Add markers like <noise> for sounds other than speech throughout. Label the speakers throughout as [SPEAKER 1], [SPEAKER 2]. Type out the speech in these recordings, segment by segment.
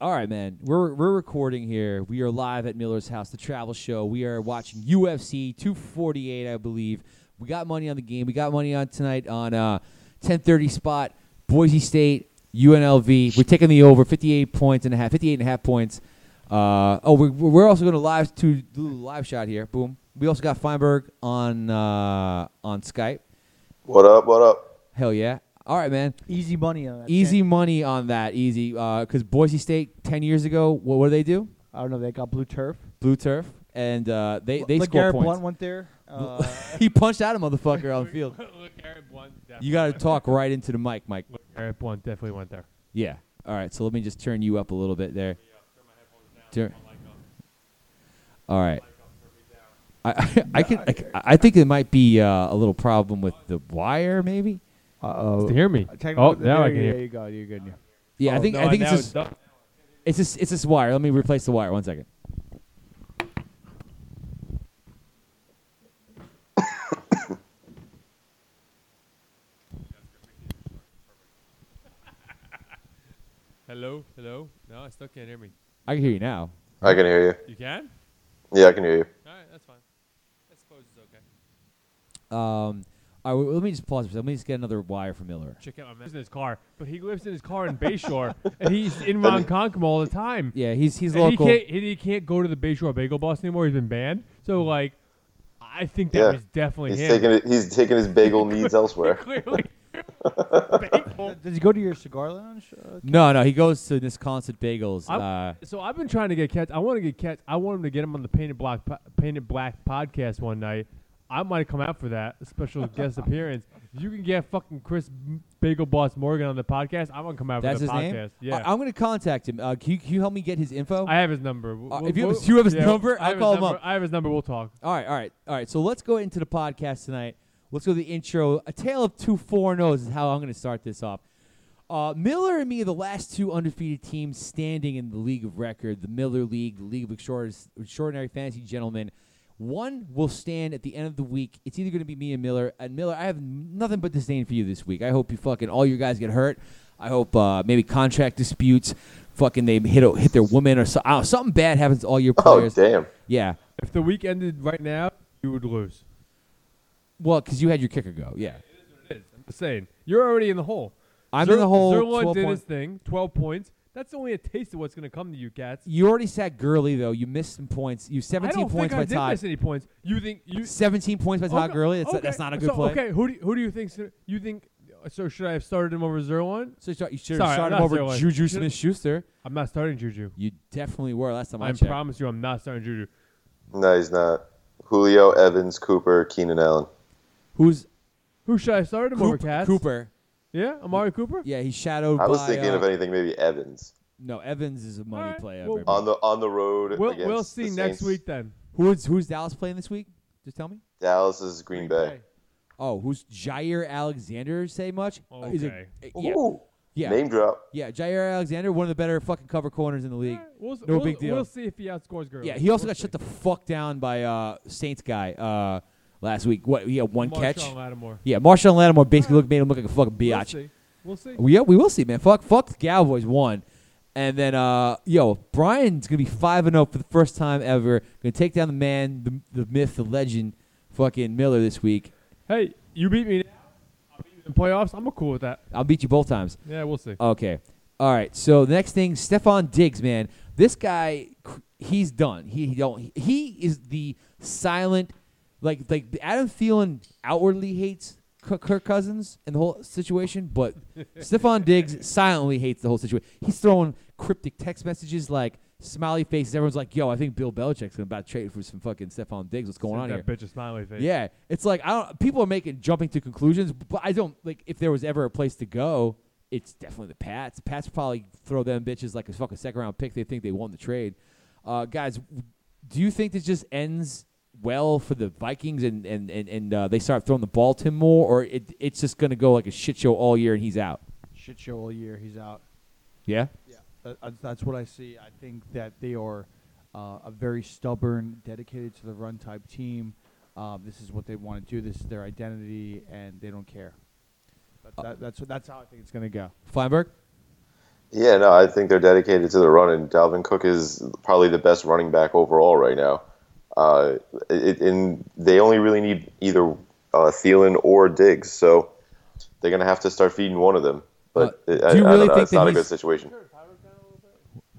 [SPEAKER 1] All right, man. We're we're recording here. We are live at Miller's House, the travel show. We are watching UFC 248, I believe. We got money on the game. We got money on tonight on uh 10:30 spot Boise State UNLV. We're taking the over 58 points and a half, 58 and a half points. Uh, oh, we're, we're also going to live to do a live shot here. Boom. We also got Feinberg on uh, on Skype.
[SPEAKER 2] What up? What up?
[SPEAKER 1] Hell yeah. All right, man.
[SPEAKER 3] Easy uh, money on that.
[SPEAKER 1] Easy
[SPEAKER 3] Tank.
[SPEAKER 1] money on that. Easy. Because Boise State, 10 years ago, what, what do they do?
[SPEAKER 3] I don't know. They got blue turf.
[SPEAKER 1] Blue turf. And uh, they, they
[SPEAKER 3] Like
[SPEAKER 1] score
[SPEAKER 3] Garrett
[SPEAKER 1] points.
[SPEAKER 3] Blunt went there.
[SPEAKER 1] <laughs>
[SPEAKER 3] Uh,
[SPEAKER 1] he punched out a motherfucker on the
[SPEAKER 4] <laughs>
[SPEAKER 1] field.
[SPEAKER 4] Look, Garrett Blunt definitely
[SPEAKER 1] You got to
[SPEAKER 4] went
[SPEAKER 1] talk right into the mic, Mike.
[SPEAKER 4] there. Look, Garrett Blunt definitely went there.
[SPEAKER 1] Yeah. All right. So let me just turn you up a little bit there. Turn- All right. I, I, I can I, I think it might be uh, a little problem with the wire maybe.
[SPEAKER 3] Uh-oh.
[SPEAKER 4] To hear me.
[SPEAKER 3] Technical-
[SPEAKER 4] Oh, now
[SPEAKER 3] there
[SPEAKER 4] I
[SPEAKER 3] you-
[SPEAKER 4] can hear.
[SPEAKER 3] There you go. You're good. now.
[SPEAKER 1] Yeah, I
[SPEAKER 4] Oh,
[SPEAKER 1] think
[SPEAKER 4] no,
[SPEAKER 1] I think
[SPEAKER 4] now
[SPEAKER 1] it's just
[SPEAKER 4] done.
[SPEAKER 1] it's this it's this wire. Let me replace the wire. One second.
[SPEAKER 4] Hello, hello. No, I still can't hear me.
[SPEAKER 1] I can hear you now.
[SPEAKER 2] I can hear
[SPEAKER 4] You can?
[SPEAKER 2] you. Yeah, I can hear you.
[SPEAKER 4] All right, that's fine. I suppose it's okay.
[SPEAKER 1] Um, all right, wait, let me just pause. for a second. Let me just get another wire from Miller.
[SPEAKER 4] Check out my man. He's in his car, but he lives in his car in
[SPEAKER 1] <laughs>
[SPEAKER 4] Bayshore, and he's in Ronkonkoma all the time.
[SPEAKER 1] Yeah, he's he's
[SPEAKER 4] and <laughs> he
[SPEAKER 1] local.
[SPEAKER 4] can't, and he can't go to the Bayshore Bagel Boss anymore. He's been banned. So like, I think that
[SPEAKER 2] Yeah.
[SPEAKER 4] was definitely
[SPEAKER 2] He's
[SPEAKER 4] him.
[SPEAKER 2] taking it. He's taking his bagel needs elsewhere.
[SPEAKER 4] <laughs> Clearly,
[SPEAKER 2] <laughs>
[SPEAKER 3] Uh, Does he go to your cigar lounge? Uh,
[SPEAKER 1] No, no, he goes to Wisconsin Bagels.
[SPEAKER 4] I-
[SPEAKER 1] Uh,
[SPEAKER 4] so I've been trying to get Ketch. I want to get Ketch. I want him to get him on the Painted Black po- Painted Black podcast one night. I might come out for that
[SPEAKER 1] <laughs>
[SPEAKER 4] a special guest appearance. If you can get fucking Chris M- Bagel Boss Morgan on the podcast, I'm gonna come out
[SPEAKER 1] that's
[SPEAKER 4] for
[SPEAKER 1] his
[SPEAKER 4] the
[SPEAKER 1] name.
[SPEAKER 4] podcast. Yeah,
[SPEAKER 1] I, am gonna contact him. Uh, can, you, can you help me get his info?
[SPEAKER 4] I have his number. W-
[SPEAKER 1] Uh,
[SPEAKER 4] w-
[SPEAKER 1] if you have
[SPEAKER 4] w-
[SPEAKER 1] his- you have his
[SPEAKER 4] yeah,
[SPEAKER 1] number, I'll
[SPEAKER 4] I have his
[SPEAKER 1] call him
[SPEAKER 4] number.
[SPEAKER 1] up.
[SPEAKER 4] I have his number. We'll talk.
[SPEAKER 1] all right, all right, all right. So let's go into the podcast tonight. Let's go to the intro. A tale of two four nos is how I'm gonna start this off. Uh, Miller and me are the last two undefeated teams standing in the league of record, the Miller League, the League of Extraor- Extraordinary Fantasy Gentlemen. One will stand at the end of the week. It's either going to be me and Miller. And Miller, I have nothing but disdain for you this week. I hope you fucking all your guys get hurt. I hope uh, maybe contract disputes, fucking they hit a, hit their woman or so, I don't know, something bad happens to all your
[SPEAKER 2] Oh
[SPEAKER 1] players.
[SPEAKER 2] damn!
[SPEAKER 1] Yeah,
[SPEAKER 4] If the week ended right now, you would lose.
[SPEAKER 1] well, because you had your kicker go. Yeah,
[SPEAKER 4] I'm just saying, you're already in the hole.
[SPEAKER 1] I'm in the hole.
[SPEAKER 4] Zerwan
[SPEAKER 1] 12
[SPEAKER 4] did
[SPEAKER 1] points.
[SPEAKER 4] his thing. Twelve points. That's only a taste of what's gonna come to you, cats.
[SPEAKER 1] You already sat Gurley though. You missed some points. You 17
[SPEAKER 4] I don't
[SPEAKER 1] points
[SPEAKER 4] think
[SPEAKER 1] by
[SPEAKER 4] I did
[SPEAKER 1] Todd.
[SPEAKER 4] miss any points. You think you
[SPEAKER 1] 17 points by Todd
[SPEAKER 4] Okay,
[SPEAKER 1] Gurley. That's,
[SPEAKER 4] okay.
[SPEAKER 1] that's not a good
[SPEAKER 4] so,
[SPEAKER 1] play.
[SPEAKER 4] Okay, who do you, who do you think you think? So should I have started him over Zerwan?
[SPEAKER 1] So you start- you should have
[SPEAKER 4] Sorry,
[SPEAKER 1] started
[SPEAKER 4] I'm not
[SPEAKER 1] over
[SPEAKER 4] saying-
[SPEAKER 1] Juju
[SPEAKER 4] you know-
[SPEAKER 1] Smith Schuster.
[SPEAKER 4] I'm not starting Juju.
[SPEAKER 1] You definitely were last time I,
[SPEAKER 4] I
[SPEAKER 1] checked.
[SPEAKER 4] promise you, I'm not starting Juju.
[SPEAKER 2] No, he's not. Julio Evans, Cooper, Keenan Allen.
[SPEAKER 1] Who's
[SPEAKER 4] Who should I have started him over?
[SPEAKER 1] Coop,
[SPEAKER 4] Cats?
[SPEAKER 1] Cooper?
[SPEAKER 4] Yeah, Amari Cooper.
[SPEAKER 1] Yeah, he's shadowed
[SPEAKER 2] I was
[SPEAKER 1] by.
[SPEAKER 2] thinking
[SPEAKER 1] uh,
[SPEAKER 2] of anything maybe Evans
[SPEAKER 1] no, Evans is a money
[SPEAKER 4] Alright,
[SPEAKER 1] play.
[SPEAKER 4] well-
[SPEAKER 1] everybody.
[SPEAKER 2] on the on the road.
[SPEAKER 4] We'll,
[SPEAKER 2] against
[SPEAKER 4] we'll
[SPEAKER 2] the
[SPEAKER 4] see next
[SPEAKER 2] Saints.
[SPEAKER 4] week then.
[SPEAKER 1] who's who's Dallas playing this week? Just tell me.
[SPEAKER 2] Dallas is Green, Bay.
[SPEAKER 1] Oh, who's Jair Alexander? Say much? Uh, he's a-
[SPEAKER 4] Okay.
[SPEAKER 1] uh, yeah,
[SPEAKER 2] Ooh,
[SPEAKER 1] yeah,
[SPEAKER 2] Name drop.
[SPEAKER 1] yeah. Jair Alexander, one of the better fucking cover corners in the league.
[SPEAKER 4] Yeah, We'll, s-
[SPEAKER 1] No
[SPEAKER 4] we'll-
[SPEAKER 1] big deal.
[SPEAKER 4] We'll see if he outscores Gurley.
[SPEAKER 1] Yeah, he also
[SPEAKER 4] We'll
[SPEAKER 1] got
[SPEAKER 4] see.
[SPEAKER 1] shut the fuck down by uh, Saints guy uh, last week. What? He had one
[SPEAKER 4] Marshawn
[SPEAKER 1] catch.
[SPEAKER 4] Lattimore.
[SPEAKER 1] Yeah, Marshawn Lattimore basically looked, made him look like a fucking
[SPEAKER 4] We'll
[SPEAKER 1] biatch.
[SPEAKER 4] see. We'll see.
[SPEAKER 1] Well, yeah, we will see, man. Fuck, fuck the Cowboys one, and then uh, yo, Brian's gonna be five and zero for the first time ever. Gonna take down the man, the, the myth, the legend, fucking Miller this week.
[SPEAKER 4] Hey, you beat me. Now. I'll beat you in playoffs. I'm cool with that.
[SPEAKER 1] I'll beat you both times.
[SPEAKER 4] Yeah, we'll see.
[SPEAKER 1] Okay. All right. So the next thing, Stefan Diggs, man. This guy, cr- he's done. He, he don't. He is the silent, like like Adam Thielen outwardly hates K- Kirk Cousins and the whole situation,
[SPEAKER 4] <laughs>
[SPEAKER 1] but Stefan Diggs silently hates the whole situation. He's throwing cryptic text messages like smiley faces. Everyone's like, "Yo, I think Bill Belichick's gonna about to trade for some fucking Stefan Diggs. What's going
[SPEAKER 4] Send
[SPEAKER 1] on
[SPEAKER 4] that
[SPEAKER 1] here?"
[SPEAKER 4] bitch a smiley face.
[SPEAKER 1] Yeah, it's like I don't. People are making jumping to conclusions, but I don't like. If there was ever a place to go, it's definitely the Pats. Pats probably throw them bitches like a fucking second round pick. They think they won the trade. Uh, guys, do you think this just ends well for the Vikings and and and, and uh, they start throwing the ball to him more, or it it's just gonna go like a shit show all year and he's out?
[SPEAKER 3] Shit show all year. He's out.
[SPEAKER 1] Yeah.
[SPEAKER 3] Yeah. that's what I see. I think that they are uh, a very stubborn, dedicated to the run type team. Um, this is what they want to do. This is their
[SPEAKER 1] Uh,
[SPEAKER 3] identity, and they don't care. That, that, that's that's how I think it's going to go.
[SPEAKER 1] Feinberg.
[SPEAKER 2] Yeah, no, I think they're dedicated to the run, and Dalvin Cook is probably the best running back overall right now. Uh, it, and they only really need either uh, Thielen or Diggs, so they're going to have to start feeding one of them. But
[SPEAKER 1] Uh,
[SPEAKER 2] it, I,
[SPEAKER 1] do you
[SPEAKER 2] I
[SPEAKER 1] really
[SPEAKER 2] don't know,
[SPEAKER 1] think
[SPEAKER 2] it's
[SPEAKER 1] that
[SPEAKER 2] not a
[SPEAKER 1] he's-
[SPEAKER 2] good situation.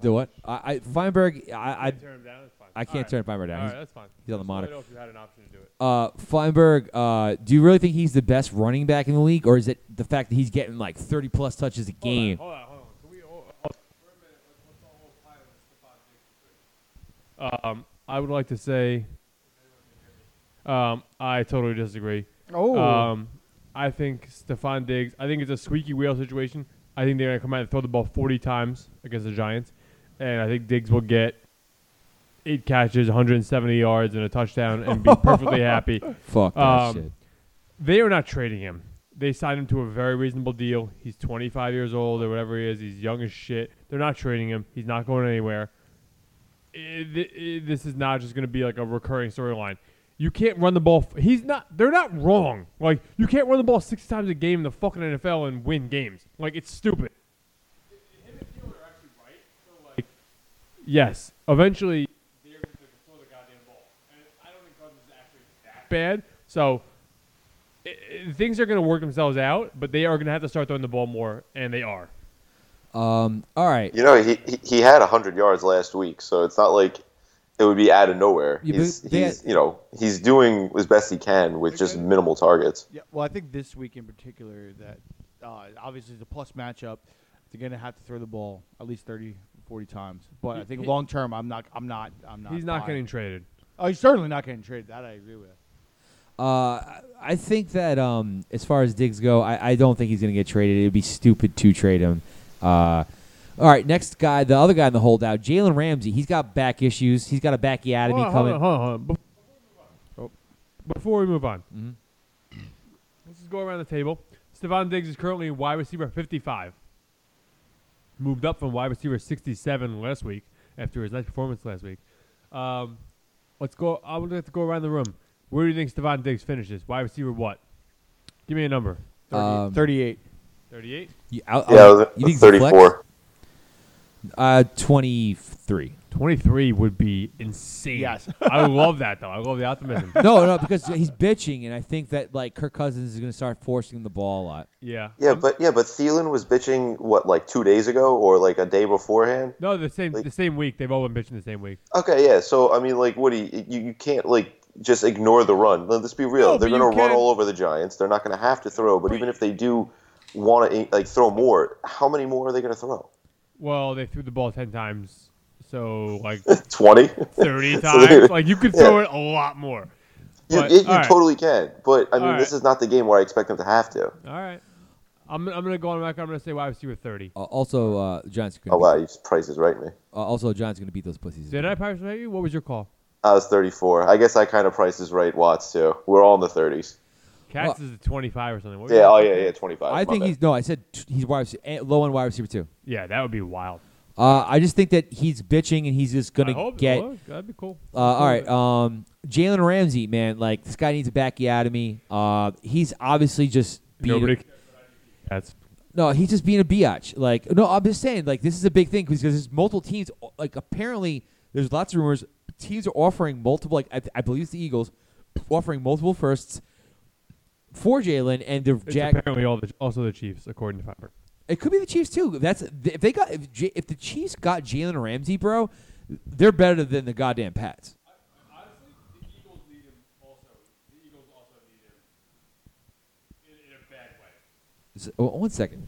[SPEAKER 1] Do what? I, I Feinberg. I, I
[SPEAKER 4] turn him down. That's fine.
[SPEAKER 1] I can't turn Feinberg down.
[SPEAKER 4] All
[SPEAKER 1] He's-
[SPEAKER 4] right, that's fine.
[SPEAKER 1] he's on the
[SPEAKER 4] Just wanted
[SPEAKER 1] monitor.
[SPEAKER 4] to know if you had an option to do it.
[SPEAKER 1] uh, Feinberg, uh, do you really think he's the best running back in the league, or is it the fact that he's getting like 30 plus touches a
[SPEAKER 4] Hold on,
[SPEAKER 1] game?
[SPEAKER 4] Hold on, hold on. Can we? oh, oh, for a minute, let's- let's all hold fire on this Stephon Diggs. Um, I would like to say, um, I totally disagree.
[SPEAKER 3] Oh,
[SPEAKER 4] Um, I think Stephon Diggs. I think it's a squeaky wheel situation. I think they're gonna come out and throw the ball 40 times against the Giants, and I think Diggs will get eight catches, 170 yards, and a touchdown,
[SPEAKER 1] <laughs>
[SPEAKER 4] and be perfectly happy.
[SPEAKER 1] Fuck that
[SPEAKER 4] Um,
[SPEAKER 1] shit.
[SPEAKER 4] They are not trading him. They signed him to a very reasonable deal. He's 25 years old or whatever he is. He's young as shit. They're not trading him. He's not going anywhere. Eh, th- eh, this is not just going to be like a recurring storyline. You can't run the ball. F- he's not. They're not wrong. Like you can't run the ball six times a game in the fucking NFL and win games. Like it's stupid. Yes. Eventually, they're going to throw the goddamn ball. And I don't think Cousins is actually that bad. So i i- uh, things are going to work themselves out, but they are going to have to start throwing the ball more, and they are.
[SPEAKER 1] Um, all right.
[SPEAKER 2] You know, he, he, he had 100 yards last week, so it's not like it would be out of nowhere.
[SPEAKER 1] Yeah, but
[SPEAKER 2] he's,
[SPEAKER 1] they
[SPEAKER 2] he's,
[SPEAKER 1] had-
[SPEAKER 2] you know, he's doing as best he can with just minimal targets.
[SPEAKER 3] Yeah, well, I think this week in particular that uh, obviously the plus matchup, they're gonna have to throw the ball at least 30, 40 times. But I
[SPEAKER 4] He-
[SPEAKER 3] think
[SPEAKER 4] he-
[SPEAKER 3] long term, I'm not, I'm not, I'm not.
[SPEAKER 4] He's not
[SPEAKER 3] buying.
[SPEAKER 4] getting traded.
[SPEAKER 3] Oh, he's certainly not getting traded. That I agree with.
[SPEAKER 1] Uh, I think that um, as far as digs go, I, I don't think he's going to get traded. It'd be stupid to trade him. Uh, all right, next guy, the other guy in the holdout, Jalen Ramsey. He's got back issues. He's got a backiotomy
[SPEAKER 4] Hold on, hold
[SPEAKER 1] coming.
[SPEAKER 4] on, hold on, hold on. Bef- oh, Before we move on,
[SPEAKER 1] Mhm.
[SPEAKER 4] let's just go around the table. Stephon Diggs is currently wide receiver 55. Moved up from wide receiver 67 last week after his nice performance last week. Um, let's go. I would like to go around the room. Where do you think Stephon Diggs finishes? Wide receiver what? Give me a number.
[SPEAKER 3] 30,
[SPEAKER 1] Um,
[SPEAKER 3] 38.
[SPEAKER 4] 38?
[SPEAKER 1] You, out,
[SPEAKER 2] Yeah,
[SPEAKER 1] out-
[SPEAKER 2] it was-
[SPEAKER 1] you think he's a flex?
[SPEAKER 2] 34.
[SPEAKER 1] Uh, 23.
[SPEAKER 4] 23 would be insane.
[SPEAKER 3] Yes.
[SPEAKER 4] I love that, though. I love the optimism.
[SPEAKER 1] no, no, because he's bitching, and I think that like Kirk Cousins is going to start forcing the ball a lot.
[SPEAKER 4] Yeah.
[SPEAKER 2] Yeah, but yeah, but Thielen was bitching what like two days ago or like a day beforehand.
[SPEAKER 4] No, the same the same week. They've all been bitching the same week.
[SPEAKER 2] Okay, yeah. So I mean, like, Woody, you, you can't like just ignore the run. Let- Let's be real.
[SPEAKER 4] No,
[SPEAKER 2] They're
[SPEAKER 4] but
[SPEAKER 2] going to
[SPEAKER 4] you
[SPEAKER 2] run
[SPEAKER 4] can-
[SPEAKER 2] all over the Giants. They're not going to have to throw. But even if they do want to like throw more, how many more are they going to throw?
[SPEAKER 4] Well, they threw the ball 10 times. So, like,
[SPEAKER 2] Twenty. <laughs> So
[SPEAKER 4] 30
[SPEAKER 2] they-
[SPEAKER 4] times. Like, you could throw it a lot more.
[SPEAKER 2] You,
[SPEAKER 4] But-
[SPEAKER 2] you, you
[SPEAKER 4] all right.
[SPEAKER 2] totally can. But I mean,
[SPEAKER 4] All
[SPEAKER 2] this
[SPEAKER 4] right.
[SPEAKER 2] is not the game where I expect them to have to.
[SPEAKER 4] All right. I'm, I'm going to go on record. I'm going to say wide receiver 30.
[SPEAKER 1] Uh, also, uh, Giants. Gonna
[SPEAKER 2] Oh
[SPEAKER 1] beat-
[SPEAKER 2] wow, you just prices right me.
[SPEAKER 1] uh, also, Giants going to beat those pussies.
[SPEAKER 4] Did I participate you? What was your call?
[SPEAKER 2] I was thirty-four. I guess I kind of prices right Watts too. We're all in the thirties.
[SPEAKER 1] Uh,
[SPEAKER 4] Cats is a 25 or something. What was
[SPEAKER 2] Yeah.
[SPEAKER 4] your-
[SPEAKER 2] Oh yeah. Yeah. Twenty-five.
[SPEAKER 1] I
[SPEAKER 2] my
[SPEAKER 1] think
[SPEAKER 2] bad.
[SPEAKER 1] he's no. I said t- he's wide receiver, eh, low on wide receiver too.
[SPEAKER 4] Yeah, that would be wild.
[SPEAKER 1] Uh, I just think that he's bitching and he's just
[SPEAKER 4] I
[SPEAKER 1] gonna
[SPEAKER 4] hope
[SPEAKER 1] get.
[SPEAKER 4] oh, that'd be cool.
[SPEAKER 1] Uh, all right, um, Jalen Ramsey, man, like this guy needs a backiotomy. Uh, he's obviously just being
[SPEAKER 4] Nobody. That's
[SPEAKER 1] no, he's just being a biatch. Like no, I'm just saying, like this is a big thing because there's multiple teams. Like apparently, there's lots of rumors. Teams are offering multiple. Like I, I believe it's the Eagles offering multiple firsts for Jalen, and the
[SPEAKER 4] it's
[SPEAKER 1] Jack.
[SPEAKER 4] apparently all the, also the Chiefs, according to Fiverr.
[SPEAKER 1] It could be the Chiefs too. That's if they got if, J, if the Chiefs got Jalen Ramsey, bro, they're better than the goddamn Pats.
[SPEAKER 4] Honestly, the Eagles need him also. The Eagles also need him in, in a bad way.
[SPEAKER 1] S- oh, one second.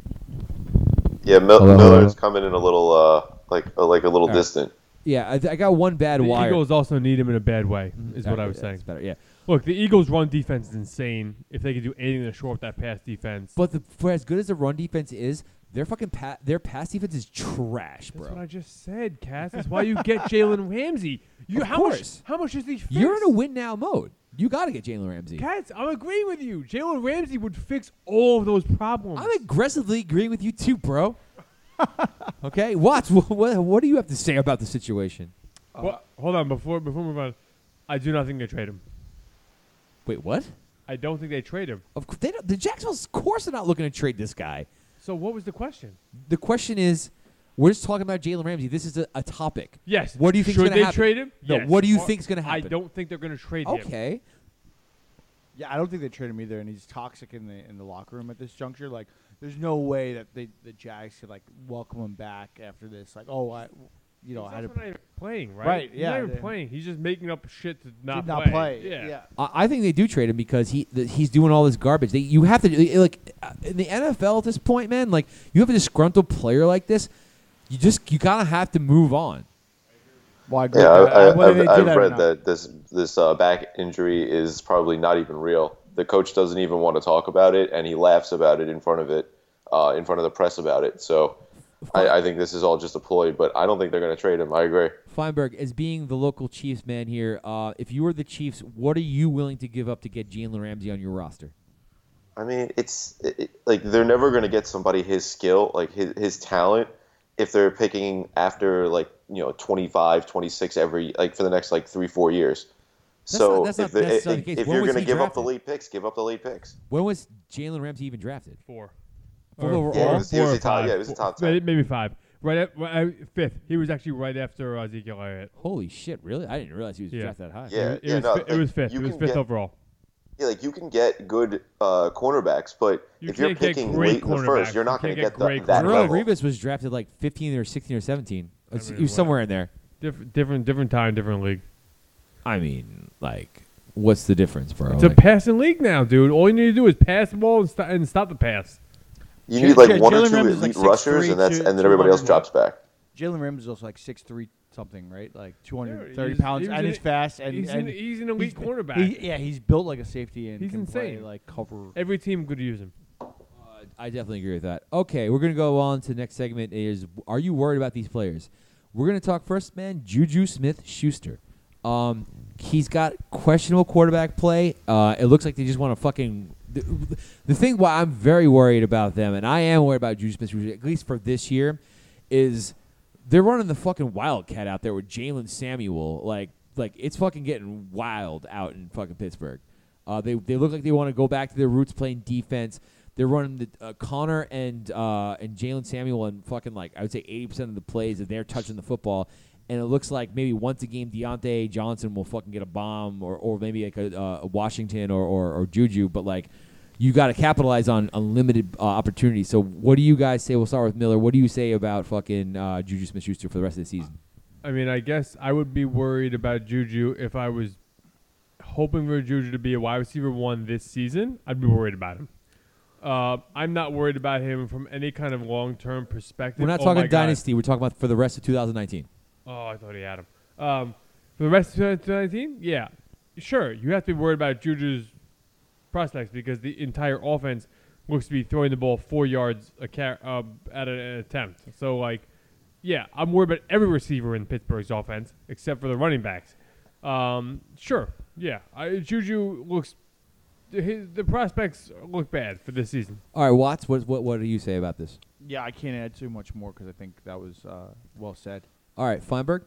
[SPEAKER 2] Yeah, Mil-
[SPEAKER 1] Hello, hello.
[SPEAKER 2] Miller's coming in a little, uh, like, uh, like a little
[SPEAKER 1] right.
[SPEAKER 2] distant.
[SPEAKER 1] Yeah, I, I got one bad
[SPEAKER 4] The
[SPEAKER 1] wire.
[SPEAKER 4] Eagles also need him in a bad way, is what
[SPEAKER 1] Yeah,
[SPEAKER 4] I was
[SPEAKER 1] yeah,
[SPEAKER 4] saying.
[SPEAKER 1] It's better. Yeah,
[SPEAKER 4] Look, the Eagles' run defense is insane. If they could do anything to shore up that pass defense,
[SPEAKER 1] but the, for as good as the run defense is, their fucking pa- their pass defense is trash,
[SPEAKER 4] that's
[SPEAKER 1] bro.
[SPEAKER 4] what I just said, Cass. That's why you
[SPEAKER 1] <laughs>
[SPEAKER 4] get Jalen Ramsey. You
[SPEAKER 1] Of
[SPEAKER 4] how
[SPEAKER 1] course.
[SPEAKER 4] much? How much is he? Fix?
[SPEAKER 1] You're in a win now mode. You got to get Jalen Ramsey.
[SPEAKER 4] Cats, I'm agreeing with you. Jalen Ramsey would fix all of those problems.
[SPEAKER 1] I'm aggressively agreeing with you too,
[SPEAKER 4] <laughs>
[SPEAKER 1] bro. okay, Watts, what, what what do you have to say about the situation?
[SPEAKER 4] Well, hold on, before before we move on, I do not think they trade him.
[SPEAKER 1] Wait, what?
[SPEAKER 4] I don't think they trade him.
[SPEAKER 1] Of course, they don't, the Jacksonville's of course are not looking to trade this guy.
[SPEAKER 4] So what was the question?
[SPEAKER 1] The question is, We're just talking about Jalen Ramsey. This is a, a topic.
[SPEAKER 4] Yes.
[SPEAKER 1] What do you think
[SPEAKER 4] Should
[SPEAKER 1] going to
[SPEAKER 4] they
[SPEAKER 1] happen?
[SPEAKER 4] trade him?
[SPEAKER 1] No.
[SPEAKER 4] Yes.
[SPEAKER 1] What do you
[SPEAKER 4] Or-
[SPEAKER 1] think's going to happen?
[SPEAKER 4] I don't think they're going to trade him.
[SPEAKER 1] Okay.
[SPEAKER 3] Yeah, I don't think they trade him either, and he's toxic in the in the locker room at this juncture. Like, there's no way that they, the Jags could like welcome him back after this. Like, oh, I, you know, I had to
[SPEAKER 4] He's also not even playing, right?
[SPEAKER 3] Right,
[SPEAKER 4] He's
[SPEAKER 3] yeah,
[SPEAKER 4] not even
[SPEAKER 3] they-
[SPEAKER 4] playing. He's just making up shit to not,
[SPEAKER 3] did not
[SPEAKER 4] play.
[SPEAKER 3] play.
[SPEAKER 4] Yeah.
[SPEAKER 1] I I think they do trade him because he the, he's doing all this garbage. They, you have to like uh, in the NFL at this point, man. Like you have a disgruntled player like this, you just you kind of have to move on.
[SPEAKER 3] Well, I agree
[SPEAKER 2] Yeah,
[SPEAKER 3] with that.
[SPEAKER 2] I, I,
[SPEAKER 3] Whether
[SPEAKER 2] I've,
[SPEAKER 3] they uh, do
[SPEAKER 2] I've
[SPEAKER 3] that or
[SPEAKER 2] read
[SPEAKER 3] not.
[SPEAKER 2] that this this uh, back injury is probably not even real. The coach doesn't even want to talk about it, and he laughs about it in front of it, uh, in front of the press about it. So, I, I think this is all just a ploy. But I don't think they're going to trade him. I agree.
[SPEAKER 1] Feinberg, as being the local Chiefs man here, uh, if you were the Chiefs, what are you willing to give up to get Jalen Ramsey on your roster?
[SPEAKER 2] I mean, it's it, it- like they're never going to get somebody his skill, like his, his talent, if they're picking after like you know 25, 26 every like for the next like three four years. so
[SPEAKER 1] not- that's
[SPEAKER 2] if,
[SPEAKER 1] not
[SPEAKER 2] they- if,
[SPEAKER 1] necessarily the case.
[SPEAKER 2] if
[SPEAKER 1] When
[SPEAKER 2] you're
[SPEAKER 1] was
[SPEAKER 2] going to
[SPEAKER 1] he
[SPEAKER 2] give up the
[SPEAKER 1] drafted?
[SPEAKER 2] late picks, give up the late picks.
[SPEAKER 1] When was Jalen Ramsey even drafted?
[SPEAKER 4] Four.
[SPEAKER 1] Four overall?
[SPEAKER 2] Yeah, it was- he
[SPEAKER 4] four
[SPEAKER 2] was
[SPEAKER 4] or
[SPEAKER 2] a top-
[SPEAKER 4] five.
[SPEAKER 2] yeah, he was a top
[SPEAKER 4] Four-
[SPEAKER 2] ten.
[SPEAKER 4] Maybe maybe five. Right, at, right at- fifth. He was actually right after uh, Ezekiel Elliott.
[SPEAKER 1] Holy shit! Really, I didn't realize he was
[SPEAKER 4] Yeah.
[SPEAKER 1] drafted that high.
[SPEAKER 2] Yeah,
[SPEAKER 4] it,
[SPEAKER 2] yeah,
[SPEAKER 4] was,
[SPEAKER 2] no,
[SPEAKER 4] fi- it
[SPEAKER 2] like,
[SPEAKER 4] was fifth.
[SPEAKER 2] you
[SPEAKER 4] It was
[SPEAKER 2] can
[SPEAKER 4] fifth
[SPEAKER 2] get-
[SPEAKER 4] overall.
[SPEAKER 2] Yeah, like you can get good uh, cornerbacks, but
[SPEAKER 4] You
[SPEAKER 2] if you're
[SPEAKER 4] can't get
[SPEAKER 2] picking late
[SPEAKER 4] great
[SPEAKER 2] in the
[SPEAKER 4] cornerbacks.
[SPEAKER 2] first, you're not
[SPEAKER 4] You
[SPEAKER 2] going
[SPEAKER 4] can't
[SPEAKER 2] to
[SPEAKER 4] get
[SPEAKER 2] get the,
[SPEAKER 4] great
[SPEAKER 2] that
[SPEAKER 4] cornerbacks.
[SPEAKER 1] Darrell
[SPEAKER 2] level.
[SPEAKER 1] Revis was drafted like 15 or 16 or 17. It's-
[SPEAKER 4] mean,
[SPEAKER 1] he was
[SPEAKER 4] what-
[SPEAKER 1] somewhere in there.
[SPEAKER 4] Different, different, different time, different league.
[SPEAKER 1] I mean, like, what's the difference, bro?
[SPEAKER 4] It's a
[SPEAKER 1] Oh, Like-
[SPEAKER 4] passing league now, dude. All you need to do is pass the ball and, st- and stop the pass.
[SPEAKER 2] You
[SPEAKER 3] J-
[SPEAKER 2] need like
[SPEAKER 3] J-
[SPEAKER 2] one or
[SPEAKER 3] Jalen
[SPEAKER 2] two
[SPEAKER 3] Ramsey's,
[SPEAKER 2] elite
[SPEAKER 3] like, 6'3",
[SPEAKER 2] rushers, and that's
[SPEAKER 3] two-
[SPEAKER 2] and then everybody else
[SPEAKER 3] 200.
[SPEAKER 2] drops back.
[SPEAKER 3] Jalen Rams is also like six three something, right? Like two hundred
[SPEAKER 4] Yeah,
[SPEAKER 3] thirty
[SPEAKER 4] he's-
[SPEAKER 3] pounds,
[SPEAKER 4] he's
[SPEAKER 3] and
[SPEAKER 4] an-
[SPEAKER 3] he's fast, and
[SPEAKER 4] he's
[SPEAKER 3] and
[SPEAKER 4] an- he's an elite
[SPEAKER 3] he's-
[SPEAKER 4] cornerback.
[SPEAKER 3] he- yeah, he's built like a safety and
[SPEAKER 4] He's
[SPEAKER 3] can play,
[SPEAKER 4] insane.
[SPEAKER 3] like cover.
[SPEAKER 4] Every team could use him.
[SPEAKER 1] Uh, I definitely agree with that. Okay, we're gonna go on to the next segment. Is are you worried about these players? We're gonna talk first, man. Juju Smith Schuster. Um, he's got questionable quarterback play. Uh, it looks like they just want to fucking. The, the thing why I'm very worried about them, and I am worried about Juju Smith Schuster at least for this year, is they're running the fucking wildcat out there with Jalen Samuel. Like, like it's fucking getting wild out in fucking Pittsburgh. Uh, they they look like they want to go back to their roots playing defense. They're running the uh, Connor and uh, and Jalen Samuel and fucking like I would say eighty percent of the plays that they're touching the football. And it looks like maybe once a game Deontay Johnson will fucking get a bomb or, or maybe like a, uh, a Washington or, or, or Juju, but like you got to capitalize on unlimited uh, opportunities. So, what do you guys say? We'll start with Miller. What do you say about fucking uh, Juju Smith-Schuster for the rest of the season?
[SPEAKER 4] I mean, I guess I would be worried about Juju if I was hoping for Juju to be a wide receiver one this season. I'd be worried about him. Uh, I'm not worried about him from any kind of long term perspective.
[SPEAKER 1] We're not
[SPEAKER 4] Oh my
[SPEAKER 1] talking
[SPEAKER 4] God.
[SPEAKER 1] dynasty. We're talking about for the rest of 2019.
[SPEAKER 4] Oh, I thought he had him. Um, for the rest of 2019, yeah, sure. You have to be worried about Juju's prospects because the entire offense looks to be throwing the ball four yards a car- uh, at an attempt. So, like, yeah, I'm worried about every receiver in Pittsburgh's offense except for the running backs. Um, sure, yeah. I, Juju looks. His, the prospects look bad for this season.
[SPEAKER 1] All right, Watts. What what what do you say about this?
[SPEAKER 3] Yeah, I can't add too much more because I think that was uh, well said.
[SPEAKER 1] All right, Feinberg.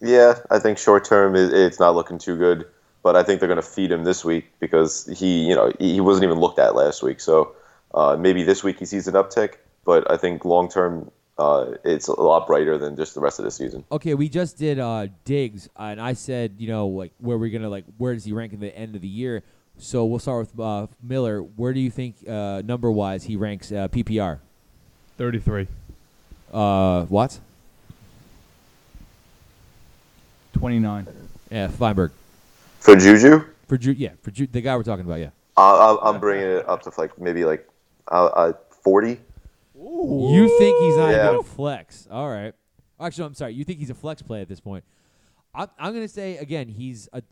[SPEAKER 2] Yeah, I think short term it, it's not looking too good, but I think they're going to feed him this week because he, you know, he he wasn't even looked at last week. So uh, maybe this week he sees an uptick, but I think long term uh, it's a lot brighter than just the rest of the season.
[SPEAKER 1] Okay, we just did uh, Diggs, and I said you know like where we're gonna like where does he rank in the end of the year? So we'll start with uh, Miller. Where do you think uh, number wise he ranks uh, PPR?
[SPEAKER 4] 33.
[SPEAKER 1] Uh, Watts.
[SPEAKER 3] Twenty nine.
[SPEAKER 1] Yeah, Feinberg.
[SPEAKER 2] For Juju,
[SPEAKER 1] For Ju- yeah, for Ju- the guy we're talking about. Yeah.
[SPEAKER 2] I, I, I'm bringing it up to like maybe like uh, uh, 40.
[SPEAKER 1] You think he's not
[SPEAKER 2] Yeah.
[SPEAKER 1] even a flex? All right. Actually, I'm sorry. You think he's a flex play at this point? I'm, I'm going to say again. He's a.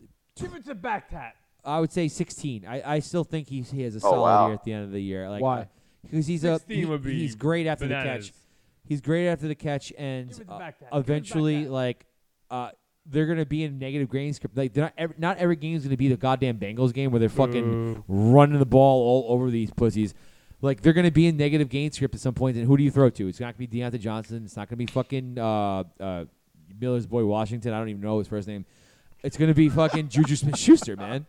[SPEAKER 4] Give it to back tat.
[SPEAKER 1] I would say 16. I, I still think he's, he has a
[SPEAKER 2] Oh,
[SPEAKER 1] solid
[SPEAKER 2] wow.
[SPEAKER 1] year at the end of the year. Like,
[SPEAKER 3] Why?
[SPEAKER 1] Because he's a.
[SPEAKER 4] 16
[SPEAKER 1] he-
[SPEAKER 4] would be
[SPEAKER 1] he's great after
[SPEAKER 4] bananas.
[SPEAKER 1] the catch. He's great after the catch, and
[SPEAKER 4] Give it
[SPEAKER 1] uh,
[SPEAKER 4] back that. Give it back
[SPEAKER 1] eventually,
[SPEAKER 4] that.
[SPEAKER 1] like, uh, they're gonna be in negative game script. Like, they're not every, not every game is gonna be the goddamn Bengals game where they're fucking
[SPEAKER 4] Boo.
[SPEAKER 1] running the ball all over these pussies. Like, they're gonna be in negative game script at some point. And who do you throw to? It's not gonna be Deontay Johnson. It's not gonna be fucking uh, uh, Miller's boy Washington. I don't even know his first name. It's gonna be fucking Juju Smith-Schuster, man.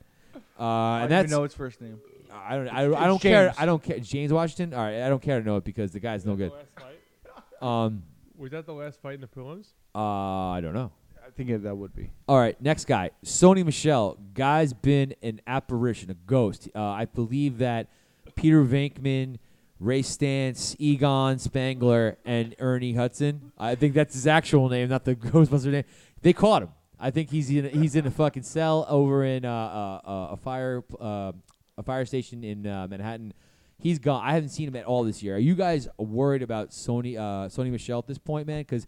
[SPEAKER 1] Uh,
[SPEAKER 3] I
[SPEAKER 1] and
[SPEAKER 3] don't
[SPEAKER 1] that's
[SPEAKER 3] even know his first name.
[SPEAKER 1] I don't. I, I
[SPEAKER 3] It's
[SPEAKER 1] don't care.
[SPEAKER 3] James.
[SPEAKER 1] I don't care. James Washington. All right. I don't care to know it because the guy's no good. Um,
[SPEAKER 4] Was that the last fight in the prelims?
[SPEAKER 1] uh, I don't know.
[SPEAKER 3] I think it- that would be.
[SPEAKER 1] All right, next guy, Sony Michelle. Guy's been an apparition, a ghost. Uh, I believe that Peter Venkman, Ray Stance, Egon Spangler, and Ernie Hudson. I think that's his actual name, not the <laughs> Ghostbuster name. They caught him. I think he's in he's in a fucking cell over in uh, uh, uh, a fire uh, a fire station in uh, Manhattan. He's gone. I haven't seen him at all this year. Are you guys worried about Sony uh, Sony Michelle at this point, man? Because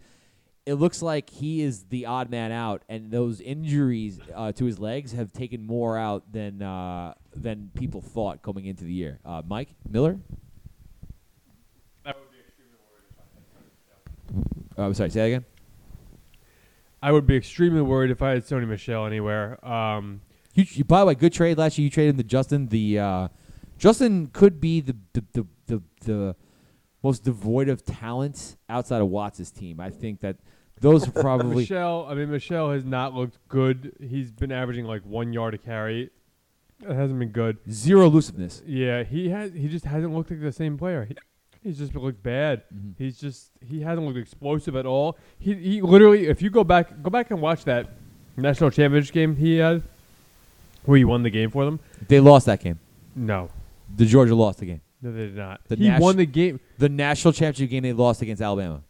[SPEAKER 1] it looks like he is the odd man out, and those injuries uh, to his legs have taken more out than uh, than people thought coming into the year. Uh, Mike Miller. Oh, I'm sorry. Say that again.
[SPEAKER 4] I would be extremely worried if I had Sony Michelle anywhere. Um,
[SPEAKER 1] You, you by the way, good trade last year. You traded him to Justin. The uh, Justin could be the the, the the the most devoid of talent outside of Watts' team. I think that those are probably
[SPEAKER 4] Michelle, I mean Michelle has not looked good. He's been averaging like one yard a carry. It hasn't been good.
[SPEAKER 1] zero elusiveness.
[SPEAKER 4] Yeah, he has. He just hasn't looked like the same player. He, he's just looked bad. He's just he hasn't looked explosive at all. He he literally, if you go back, go back and watch that national championship game he had, where he won the game for them.
[SPEAKER 1] They lost that game.
[SPEAKER 4] No,
[SPEAKER 1] The Georgia lost the game.
[SPEAKER 4] no, they did not.
[SPEAKER 1] The
[SPEAKER 4] he
[SPEAKER 1] Nash-
[SPEAKER 4] won the game.
[SPEAKER 1] The national championship game they lost against Alabama.